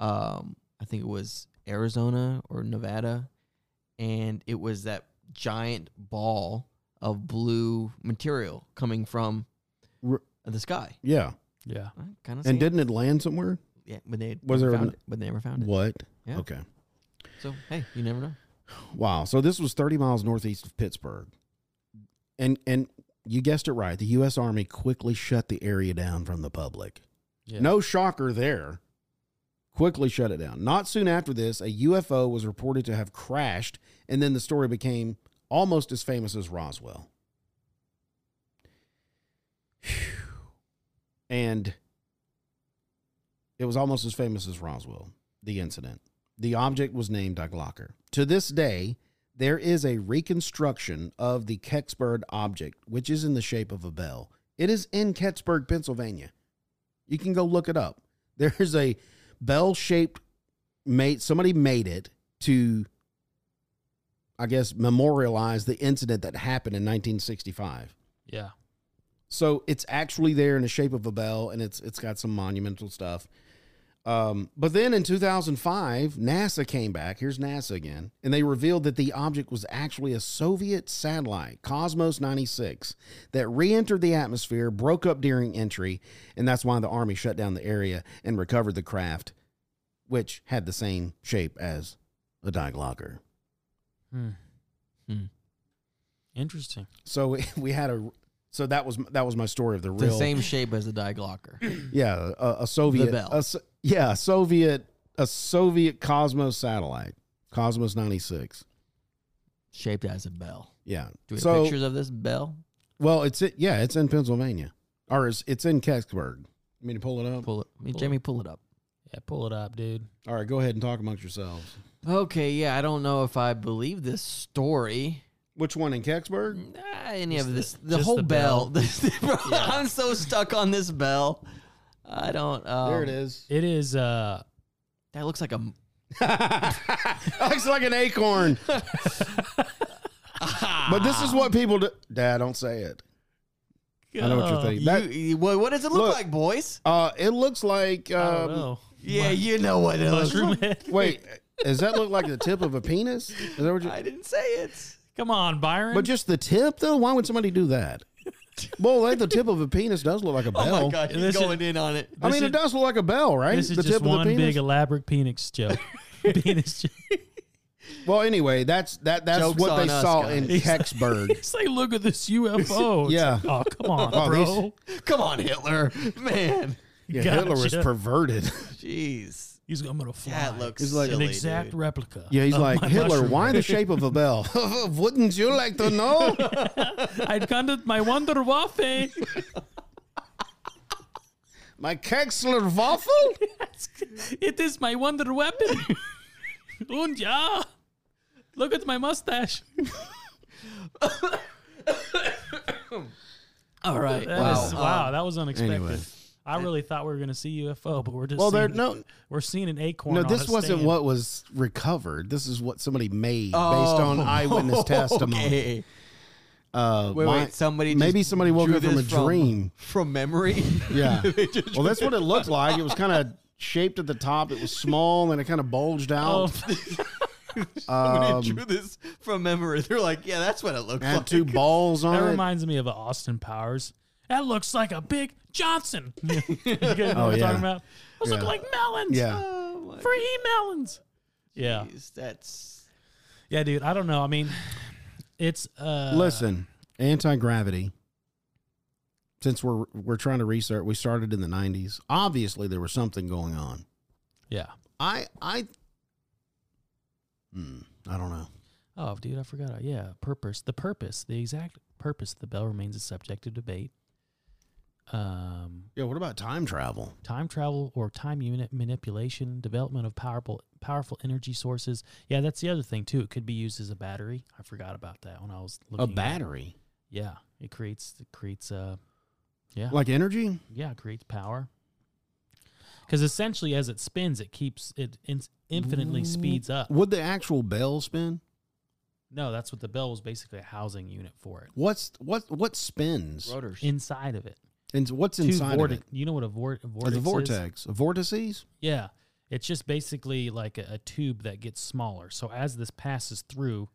S6: um, I think it was Arizona or Nevada, and it was that giant ball of blue material coming from
S5: R-
S6: the sky.
S5: Yeah.
S7: Yeah.
S6: Kind of
S5: And didn't it land somewhere?
S6: yeah, but they
S5: Was
S6: never
S5: there
S6: found
S5: an-
S6: it, but they never found it.
S5: What?
S6: Yeah.
S5: Okay.
S6: So hey, you never know.
S5: Wow. So this was 30 miles northeast of Pittsburgh. And and you guessed it right. The US Army quickly shut the area down from the public.
S7: Yeah.
S5: No shocker there. Quickly shut it down. Not soon after this, a UFO was reported to have crashed, and then the story became almost as famous as Roswell. Phew. And it was almost as famous as Roswell, the incident. The object was named Diglocker. To this day, there is a reconstruction of the Kecksburg object, which is in the shape of a bell. It is in Kecksburg, Pennsylvania. You can go look it up. There's a bell shaped made somebody made it to I guess memorialize the incident that happened in 1965.
S7: Yeah.
S5: So it's actually there in the shape of a bell and it's it's got some monumental stuff. Um, but then in 2005, NASA came back. Here's NASA again. And they revealed that the object was actually a Soviet satellite, Cosmos 96, that re entered the atmosphere, broke up during entry. And that's why the Army shut down the area and recovered the craft, which had the same shape as a Diglocker.
S7: Hmm.
S6: Hmm.
S7: Interesting.
S5: So we had a. So that was that was my story of the
S6: The
S5: real
S6: same shape as the Diglocker.
S5: Yeah, a, a Soviet.
S6: bell.
S5: a S- yeah, a Soviet. A Soviet Cosmos satellite, Cosmos ninety six.
S6: shaped as a bell.
S5: Yeah.
S6: Do we have
S5: so,
S6: pictures of this bell?
S5: well, it's it. Yeah, it's in Pennsylvania, or it's it's in Kecksburg. You mean to pull it up?
S6: Pull it, Jamie. Pull it up.
S7: Yeah, pull it up, dude.
S5: All right, go ahead and talk amongst yourselves.
S6: Okay, yeah, I don't know if I believe this story.
S5: Which one in Kecksburg?
S6: Ah, any of this, the,
S7: just
S6: whole
S7: the
S6: bell.
S7: bell.
S6: I'm so stuck on this bell. I don't. Um,
S5: there it is.
S7: It is uh
S6: That looks like a.
S5: Looks like an acorn. but this is what people do. Dad, don't say it. I know what
S7: oh,
S5: you're thinking. That,
S6: Oh, you, what, what does it look,
S5: Look.
S6: like, boys?
S5: uh, it looks like.
S7: I
S5: Um,
S7: don't know.
S6: Yeah, you know what it looks
S7: Mushroom
S6: like.
S7: head.
S5: Wait, does that look like the tip of a penis? Is that what you?
S6: I didn't say it.
S7: Come on, Byron.
S5: But just the tip, though. Why would somebody do that? Well, like the tip of a penis does look like a bell.
S6: Oh my god, he's
S7: This is-
S6: going in on it.
S5: I mean,
S7: This
S5: it
S7: is-
S5: does look like a bell, right?
S7: This is
S5: the
S7: just
S5: tip of
S7: one
S5: the penis.
S7: big elaborate penis joke. penis joke.
S5: well, anyway, that's that. That's
S6: Joke's
S5: what
S6: on
S5: they
S6: us,
S5: saw
S6: guys.
S5: in
S7: He's-
S5: Kecksburg.
S7: It's like, look at this UFO. It's
S5: Yeah.
S7: like, oh, come on,
S5: Oh,
S7: bro.
S5: these-
S6: Come on, Hitler, man.
S5: Yeah, Hitler was
S7: Gotcha.
S5: perverted.
S6: Jeez,
S7: He's I'm gonna fly.
S6: that looks
S5: It's like-
S7: an
S6: silly,
S7: exact
S6: dude.
S7: replica.
S5: Yeah,
S6: Oh,
S5: he's
S7: of
S5: like
S7: my
S5: Hitler.
S7: mushroom."
S5: Why the shape of a bell? Wouldn't you like to know?
S7: I'd conduct my Wonder Waffle.
S5: My Kecksler waffle.
S7: it is my wonder weapon. and yeah, look at my mustache.
S6: All right,
S7: That
S6: wow.
S7: is- wow, that was unexpected.
S5: anyway.
S7: I really thought we were gonna see UFO, but we're just
S5: Well, there
S7: seeing,
S5: no
S7: we're seeing an acorn.
S5: no.
S7: on
S5: This
S7: a
S5: wasn't
S7: stand.
S5: what was recovered. This is what somebody made based
S6: Oh,
S5: on eyewitness testimony.
S6: okay.
S5: Uh,
S6: Wait,
S5: why-
S6: wait, somebody
S5: maybe
S6: just
S5: somebody woke
S6: drew
S5: up from a
S6: this
S5: dream.
S6: from memory.
S5: Yeah. well, that's what it looked like. It was kind of shaped at the top. It was small and it kind of bulged
S7: Oh,
S5: out.
S6: Somebody
S5: um,
S6: drew this from memory. They're like, yeah, that's what it looked
S5: had
S6: like.
S5: two balls on
S7: that
S5: it.
S7: reminds me of a Austin Powers. That looks like a big Johnson. you get what
S5: Oh,
S7: I'm
S5: yeah.
S7: talking about? Those look
S5: Yeah.
S7: like melons.
S5: yeah.
S6: Oh, my
S7: free melons. Yeah,
S6: Jeez, that's
S7: yeah, dude. I don't know. I mean, it's uh,
S5: Listen, anti gravity. Since we're we're trying to research, we started in the '90s. Obviously, there was something going on.
S7: Yeah.
S5: I I. Hmm, I don't know.
S7: Oh, dude, I forgot. Yeah, purpose. The purpose, the exact purpose of the bell remains a subject of debate. Um,
S5: Yeah, what about time travel?
S7: time travel or time unit manipulation, development of powerful powerful energy sources. Yeah, that's the other thing too. It could be used as a battery. I forgot about that when I was looking.
S5: A
S7: at it.
S5: battery,
S7: Yeah, it creates it creates uh yeah
S5: like energy?
S7: yeah it creates power. Because essentially, as it spins, it keeps it in,
S5: Mm.
S7: infinitely speeds up.
S5: Would the actual bell spin?
S7: No, that's what the bell was basically a housing unit for it.
S5: What's what what spins?
S6: rotors.
S7: Inside of it.
S5: And what's
S7: two
S5: inside of
S7: vorte-
S5: it?
S7: You know what a, vor- a vortex
S5: It's a
S7: is?
S5: vortex, a vortices.
S7: Yeah. It's just basically like a, a tube that gets smaller. So as this passes through,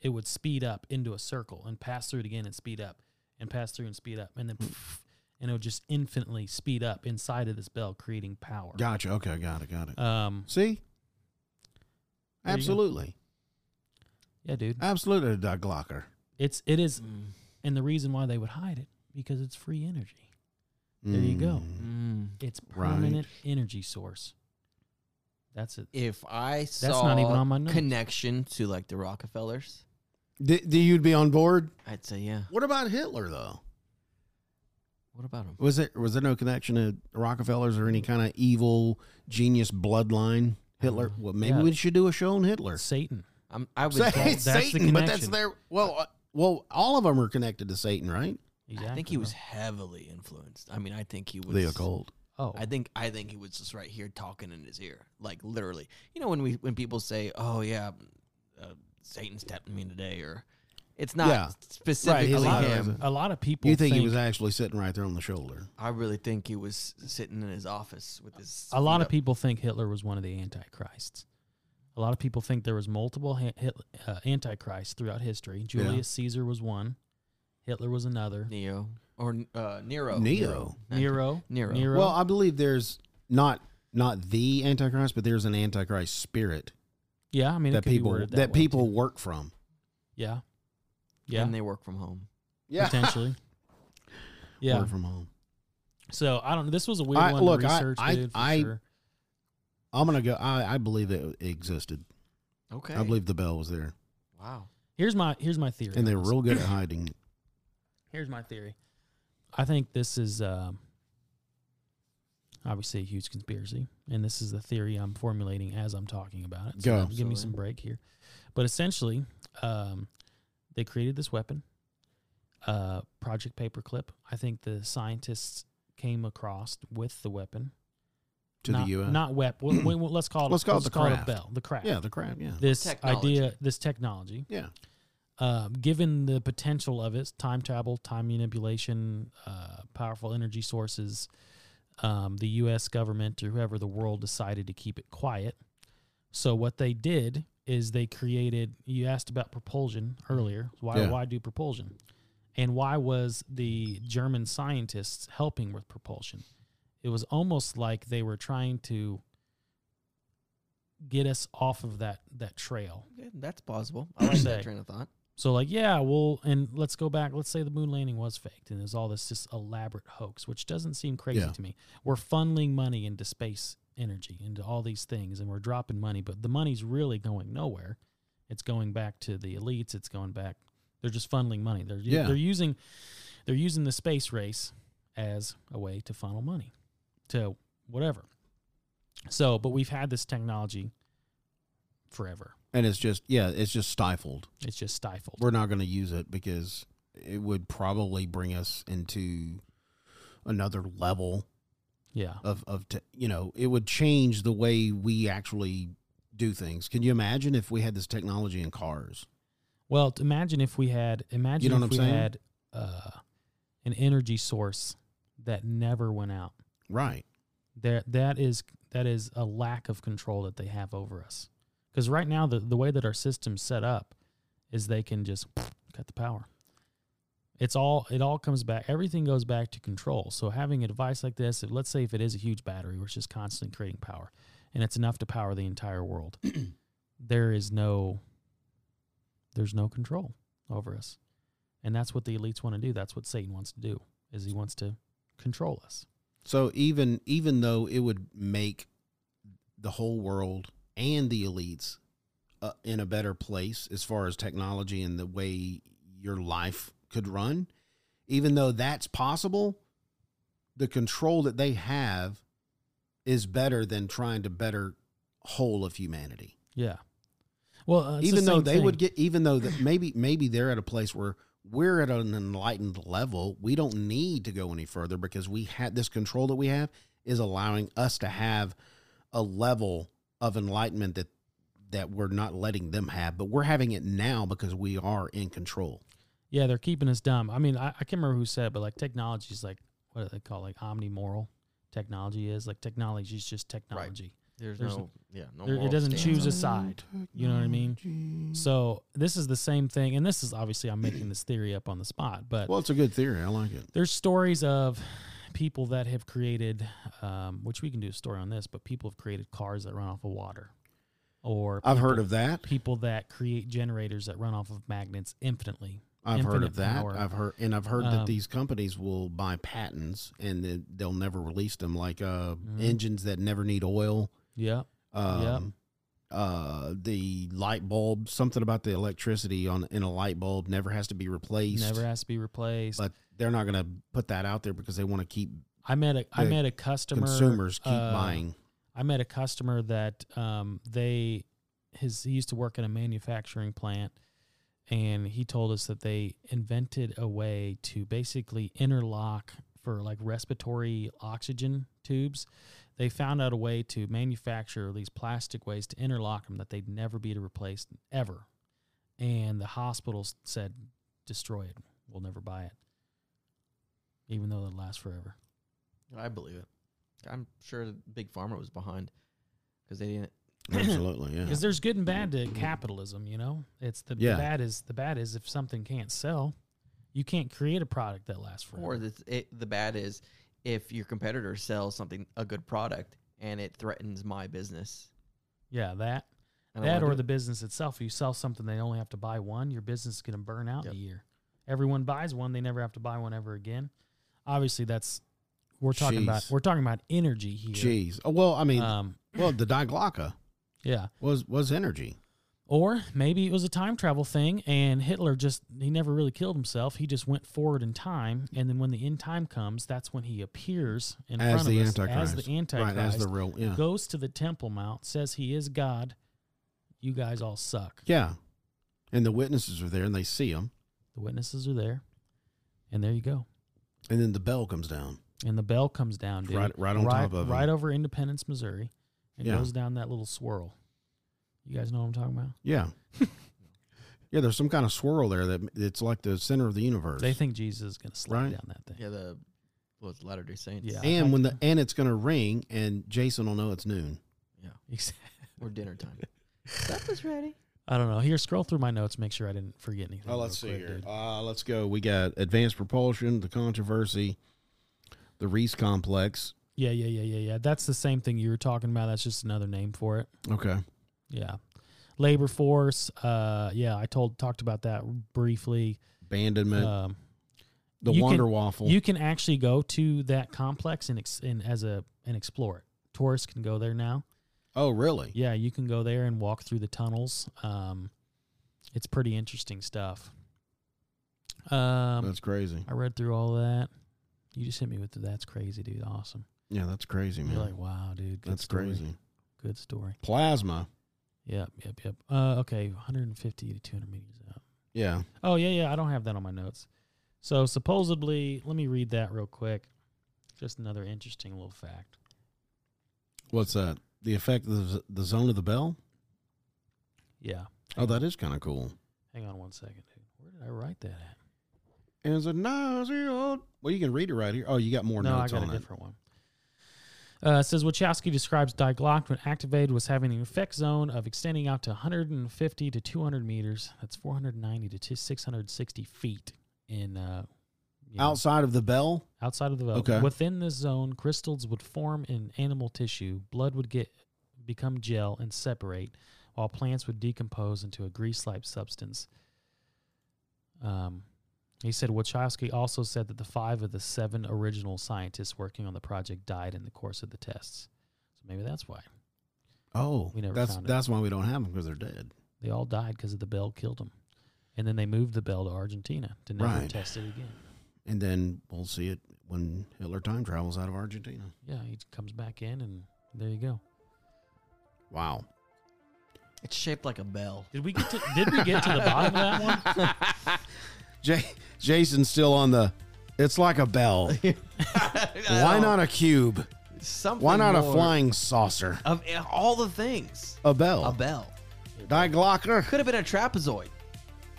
S7: it would speed up into a circle and pass through it again and speed up and pass through and speed up and then
S5: Mm.
S7: and it would just infinitely speed up inside of this bell, creating power.
S5: Gotcha. Okay, got it, got it.
S7: Um.
S5: See?
S7: There you go.
S5: Absolutely.
S7: Yeah, dude.
S5: Absolutely, Doug Glocker.
S7: It's it is,
S5: Mm.
S7: and the reason why they would hide it because it's free energy. There you go.
S6: Mm.
S7: It's
S5: Right.
S7: permanent energy source. That's it.
S6: If I saw
S7: not even on my notes.
S6: connection to like the Rockefellers,
S5: Do, do you'd be on board?
S6: I'd say yeah.
S5: What about Hitler though?
S6: What about them?
S5: Was it was there no connection to Rockefellers or any kind of evil genius bloodline? Hitler. Well, maybe
S7: Mm, Yeah.
S5: we should do a show on Hitler.
S7: Satan.
S6: I'm, I would.
S5: Say,
S6: guess-
S5: it's
S7: that's the
S5: Satan, but that's
S7: connection.
S5: their well, uh, well, all of them are connected to Satan, right?
S7: Exactly.
S6: I think he was
S7: bro.
S6: heavily influenced. I mean, I think he was
S5: The occult.
S7: Oh,
S6: I think I think he was just right here talking in his ear, like literally. You know when we when people say, "Oh yeah, uh, Satan's tapping me today,r or it's not
S5: Yeah.
S6: specifically
S5: Right, he's not-
S6: him.
S7: a lot of people
S5: You think, he was actually sitting right there on the shoulder?
S6: I really think he was sitting in his office with his.
S7: a lot
S6: feet
S7: of
S6: up.
S7: people think Hitler was one of the antichrists. A lot of people think there was multiple ha- Hit- uh, antichrists throughout history. Julius Caesar was one. Hitler was another.
S6: Neo or uh, Nero.
S5: Neo.
S7: Nero.
S6: Nero.
S7: Nero.
S5: Well, I believe there's not not the Antichrist, but there's an Antichrist spirit
S7: yeah, I mean, it
S5: that
S7: could be
S5: people
S7: worded
S5: that,
S7: that, way,
S5: people
S7: too.
S5: work from.
S7: Yeah. Yeah.
S6: And they work from home.
S7: Potentially. yeah.
S5: work from home.
S7: So I don't know. This was a weird
S5: I-
S7: one
S5: look,
S7: to
S5: I-
S7: research,
S5: I-
S7: dude. For
S5: I-
S7: sure.
S5: I'm gonna go. I, I believe it existed.
S6: Okay.
S5: I believe the bell was there,
S6: Wow.
S7: Here's my here's my theory.
S5: and they
S7: on
S5: were
S7: this.
S5: real good at hiding. it.
S7: Here's my theory. I think this is um, obviously a huge conspiracy, and this is the theory I'm formulating as I'm talking about it.
S5: Go.
S7: now give me some
S6: Absolutely.
S7: break here. But essentially, um, they created this weapon, uh, Project Paperclip. I think the scientists came across with the weapon
S5: To the
S7: not,
S5: U.S.
S7: Not weapon. we, we- let's call it.
S5: Let's call it the craft.
S7: a bell. The craft.
S5: yeah, the crab. Yeah,
S7: This
S6: Technology.
S7: idea, this technology
S5: yeah.
S7: uh, given the potential of it, time travel, time manipulation, uh, powerful energy sources, um, the U.S. government or whoever the world decided to keep it quiet. So what they did is they created. You asked about propulsion earlier. Why
S5: Yeah.
S7: why do propulsion? And why was the German scientists helping with propulsion? It was almost like they were trying to get us off of that that trail.
S6: Yeah, that's plausible. I like
S7: Say.
S6: that train of thought.
S7: So like, yeah, well, and let's go back. Let's say the moon landing was faked, and there's all this just elaborate hoax, which doesn't seem crazy
S5: Yeah.
S7: to me. We're funneling money into space energy, into all these things, and we're dropping money, but the money's really going nowhere. It's going back to the elites. It's going back. They're just funneling money. They're
S5: Yeah.
S7: they're using they're using the space race as a way to funnel money to whatever. So, but we've had this technology forever.
S5: and it's just yeah, it's just stifled.
S7: It's just stifled.
S5: We're not going to use it because it would probably bring us into another level
S7: yeah.
S5: of of te- you know it would change the way we actually do things. Can you imagine if we had this technology in cars?
S7: Well, t- imagine if we had imagine
S5: know
S7: if
S5: what I'm
S7: we
S5: saying?
S7: had uh, an energy source that never went out.
S5: Right.
S7: There, that is that is a lack of control that they have over us. Because right now, the the way that our system's set up is they can just cut the power. It's all it all comes back. Everything goes back to control. So having a device like this, if, let's say if it is a huge battery, which is constantly creating power, and it's enough to power the entire world, there is no there's no control over us. And that's what the elites want to do. That's what Satan wants to do. Is he wants to control us.
S5: So even even though it would make the whole world and the elites uh, in a better place as far as technology and the way your life could run, even though that's possible, the control that they have is better than trying to better whole of humanity.
S7: Yeah. Well, uh, it's the
S5: even though
S7: same
S5: they
S7: thing.
S5: would get even though that maybe maybe they're at a place where we're at an enlightened level we don't need to go any further because we had this control that we have is allowing us to have a level of enlightenment that that we're not letting them have but we're having it now because we are in control
S7: Yeah, they're keeping us dumb. I mean, I, I can't remember who said, it, but like technology is like what do they call it? like omnimoral technology is like technology is just technology.
S6: There's,
S7: There's
S6: no, yeah, no.
S7: There-
S6: moral
S7: it doesn't
S6: stance
S7: choose
S6: on
S7: a
S6: it.
S7: side. You know what I mean? So this is the same thing, and this is obviously I'm making this theory up on the spot, but
S5: well it's a good theory i like it
S7: there's stories of people that have created, um, which we can do a story on this, but people have created cars that run off of water, or
S5: i've heard
S7: people-
S5: of that
S7: people that create generators that run off of magnets infinitely.
S5: i've heard of
S7: infinite
S5: that
S7: power.
S5: i've heard and i've heard that
S7: Um,
S5: these companies will buy patents and then they'll never release them like uh
S7: Mm-hmm.
S5: engines that never need oil
S7: Yeah.
S5: um,
S7: Yep.
S5: uh, the light bulb, something about the electricity on in a light bulb never has to be replaced.
S7: Never has to be replaced.
S5: but they're not going to put that out there because they want to keep
S7: I met a I
S5: the
S7: met a customer
S5: consumers keep
S7: uh,
S5: buying.
S7: I met a customer that um they his he used to work in a manufacturing plant and he told us that they invented a way to basically interlock for like respiratory oxygen tubes. They found out a way to manufacture these plastic ways to interlock them that they'd never be replaced ever. And the hospitals said, destroy it. We'll never buy it. Even though it lasts forever.
S6: I believe it. I'm sure the big farmer was behind because they didn't.
S5: Absolutely, yeah. Mm-hmm.
S7: because there's good and bad to capitalism you know it's the, the
S5: Yeah.
S7: bad is the bad is if something can't sell you can't create a product that lasts
S6: Or
S7: forever
S6: the, it, the bad is if your competitor sells something a good product and it threatens my business.
S7: yeah that
S6: I don't
S7: that
S6: wanna
S7: or
S6: do
S7: the business itself you sell something they only have to buy one your business is going to burn out in
S6: Yep.
S7: a year everyone buys one they never have to buy one ever again obviously that's we're talking about
S5: Jeez.
S7: we're talking about energy here
S5: Jeez. Oh, well, I mean,
S7: um
S5: well, the diglocka
S7: yeah
S5: was was energy.
S7: Or maybe it was a time travel thing and Hitler just, he never really killed himself. He just went forward in time. And then when the end time comes, that's when he appears in
S5: As
S7: front
S5: the
S7: of us
S5: Antichrist.
S7: as the Antichrist.
S5: Right, as the real, yeah.
S7: Goes to the Temple Mount, says he is God. You guys all suck.
S5: Yeah. And the witnesses are there and they see him.
S7: The witnesses are there. And there you go.
S5: And then the bell comes down.
S7: And the bell comes down, dude.
S5: Right- right on top of him.
S7: Right over Independence, Missouri. And
S5: Yeah.
S7: goes down that little swirl. You guys know what I'm talking about?
S5: Yeah. yeah, there's some kind of swirl there that it's like the center of the universe.
S7: They think Jesus is going to slide
S5: Right.
S7: down that thing.
S6: Yeah, the what's Latter Day Saints.
S7: Yeah.
S5: and when the and it's going to ring and Jason will know it's noon.
S6: yeah,
S7: Exactly.
S6: or dinner time. Supper's ready.
S7: I don't know. Here, scroll through my notes, make sure I didn't forget anything.
S5: Oh, let's
S7: real
S5: see
S7: quick,
S5: here.
S7: dude.
S5: Uh, let's go. We got advanced propulsion, the controversy, the Reese complex.
S7: Yeah, yeah, yeah, yeah, yeah. That's the same thing you were talking about. That's just another name for it.
S5: Okay.
S7: Yeah. Labor force. Uh, yeah, I told talked about that briefly.
S5: Abandonment,
S7: Um,
S5: the
S7: you
S5: Wonder
S7: can-
S5: Waffle.
S7: you can actually go to that complex and, ex- and as a and explore it. Tourists can go there now.
S5: oh, really?
S7: Yeah, you can go there and walk through the tunnels. Um, it's pretty interesting stuff. Um,
S5: that's crazy.
S7: I read through all that. You just hit me with the, that's crazy, dude. Awesome.
S5: Yeah, that's crazy, man.
S7: You're like, wow, dude. Good
S5: that's
S7: story.
S5: crazy.
S7: Good story.
S5: Plasma.
S7: Yep, yep, yep. Uh, okay, 150 to 200 meters out.
S5: Yeah.
S7: Oh yeah, yeah. I don't have that on my notes. So supposedly, let me read that real quick. Just another interesting little fact.
S5: What's that? The effect of the, z- the zone of the bell?
S7: Yeah.
S5: Oh, that is kind of cool.
S7: Hang on one second, dude. Where did I write that at?
S5: And it's a nausea. Well, you can read it right here. Oh, you got more
S7: no, I
S5: notes
S7: got
S5: on
S7: a
S5: it.
S7: different one. Uh, it says Wachowski describes Diglock when activated was having an effect zone of extending out to 150 to 200 meters. That's 490 to t- 660 feet in uh, you know,
S5: Outside of the bell?
S7: outside of the vote.
S5: Okay.
S7: Within this zone, crystals would form in animal tissue. Blood would get become gel and separate, while plants would decompose into a grease-like substance. Um, he said Wachowski also said that the five of the seven original scientists working on the project died in the course of the tests. So maybe that's why
S5: Oh,
S7: We never
S5: that's
S7: found it.
S5: that's why we don't have them because they're dead.
S7: they all died because the bell killed them. And then they moved the bell to Argentina to never
S5: Right.
S7: test it again.
S5: And then we'll see it when Hitler time travels out of Argentina.
S7: Yeah, he comes back in, and there you go.
S5: Wow.
S6: It's shaped like a bell.
S7: Did we get to, did we get to the bottom of that one?
S5: J- Jason's still on the. It's like a bell. Why not a cube?
S6: Something.
S5: Why not a
S6: more
S5: flying saucer?
S6: Of uh, all the things,
S5: A bell.
S6: a bell
S5: Diglocker.
S6: could have been a trapezoid,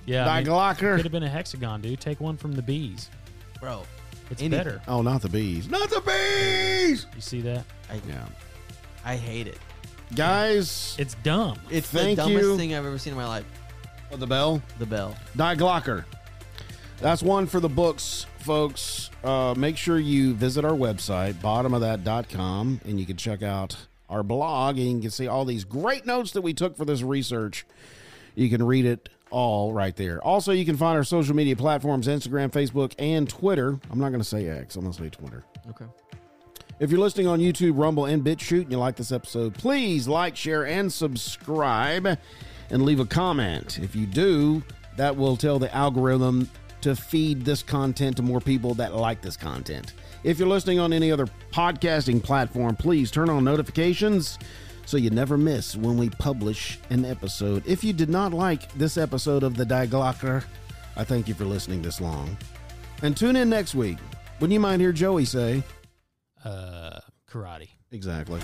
S7: Yeah, I mean, could
S5: Diglocker.
S7: have been a hexagon, dude. Take one from the bees.
S6: bro.
S7: It's
S6: Anything.
S7: better.
S5: Oh, not the bees. Not the bees.
S7: You see that?
S6: I,
S5: Yeah.
S6: I hate it.
S5: Guys,
S7: It's dumb.
S6: It's
S5: Thank
S6: the dumbest
S5: you.
S6: thing I've ever seen in my life.
S5: Oh, the bell.
S6: The bell.
S5: Diglocker. That's one for the books, folks. Uh, make sure you visit our website, bottomofthat.com, and you can check out our blog and you can see all these great notes that we took for this research. You can read it all right there. Also, you can find our social media platforms Instagram, Facebook, and Twitter. I'm not going to say X, I'm going to say Twitter.
S6: Okay.
S5: If you're listening on YouTube, Rumble, and BitChute, and you like this episode, please like, share, and subscribe, and leave a comment. If you do, that will tell the algorithm to feed this content to more people that like this content. If you're listening on any other podcasting platform, please turn on notifications so you never miss when we publish an episode. If you did not like this episode of The Die Glocker, I thank you for listening this long. And tune in next week. Wouldn't you mind hear Joey say,
S7: Uh, karate.
S5: Exactly.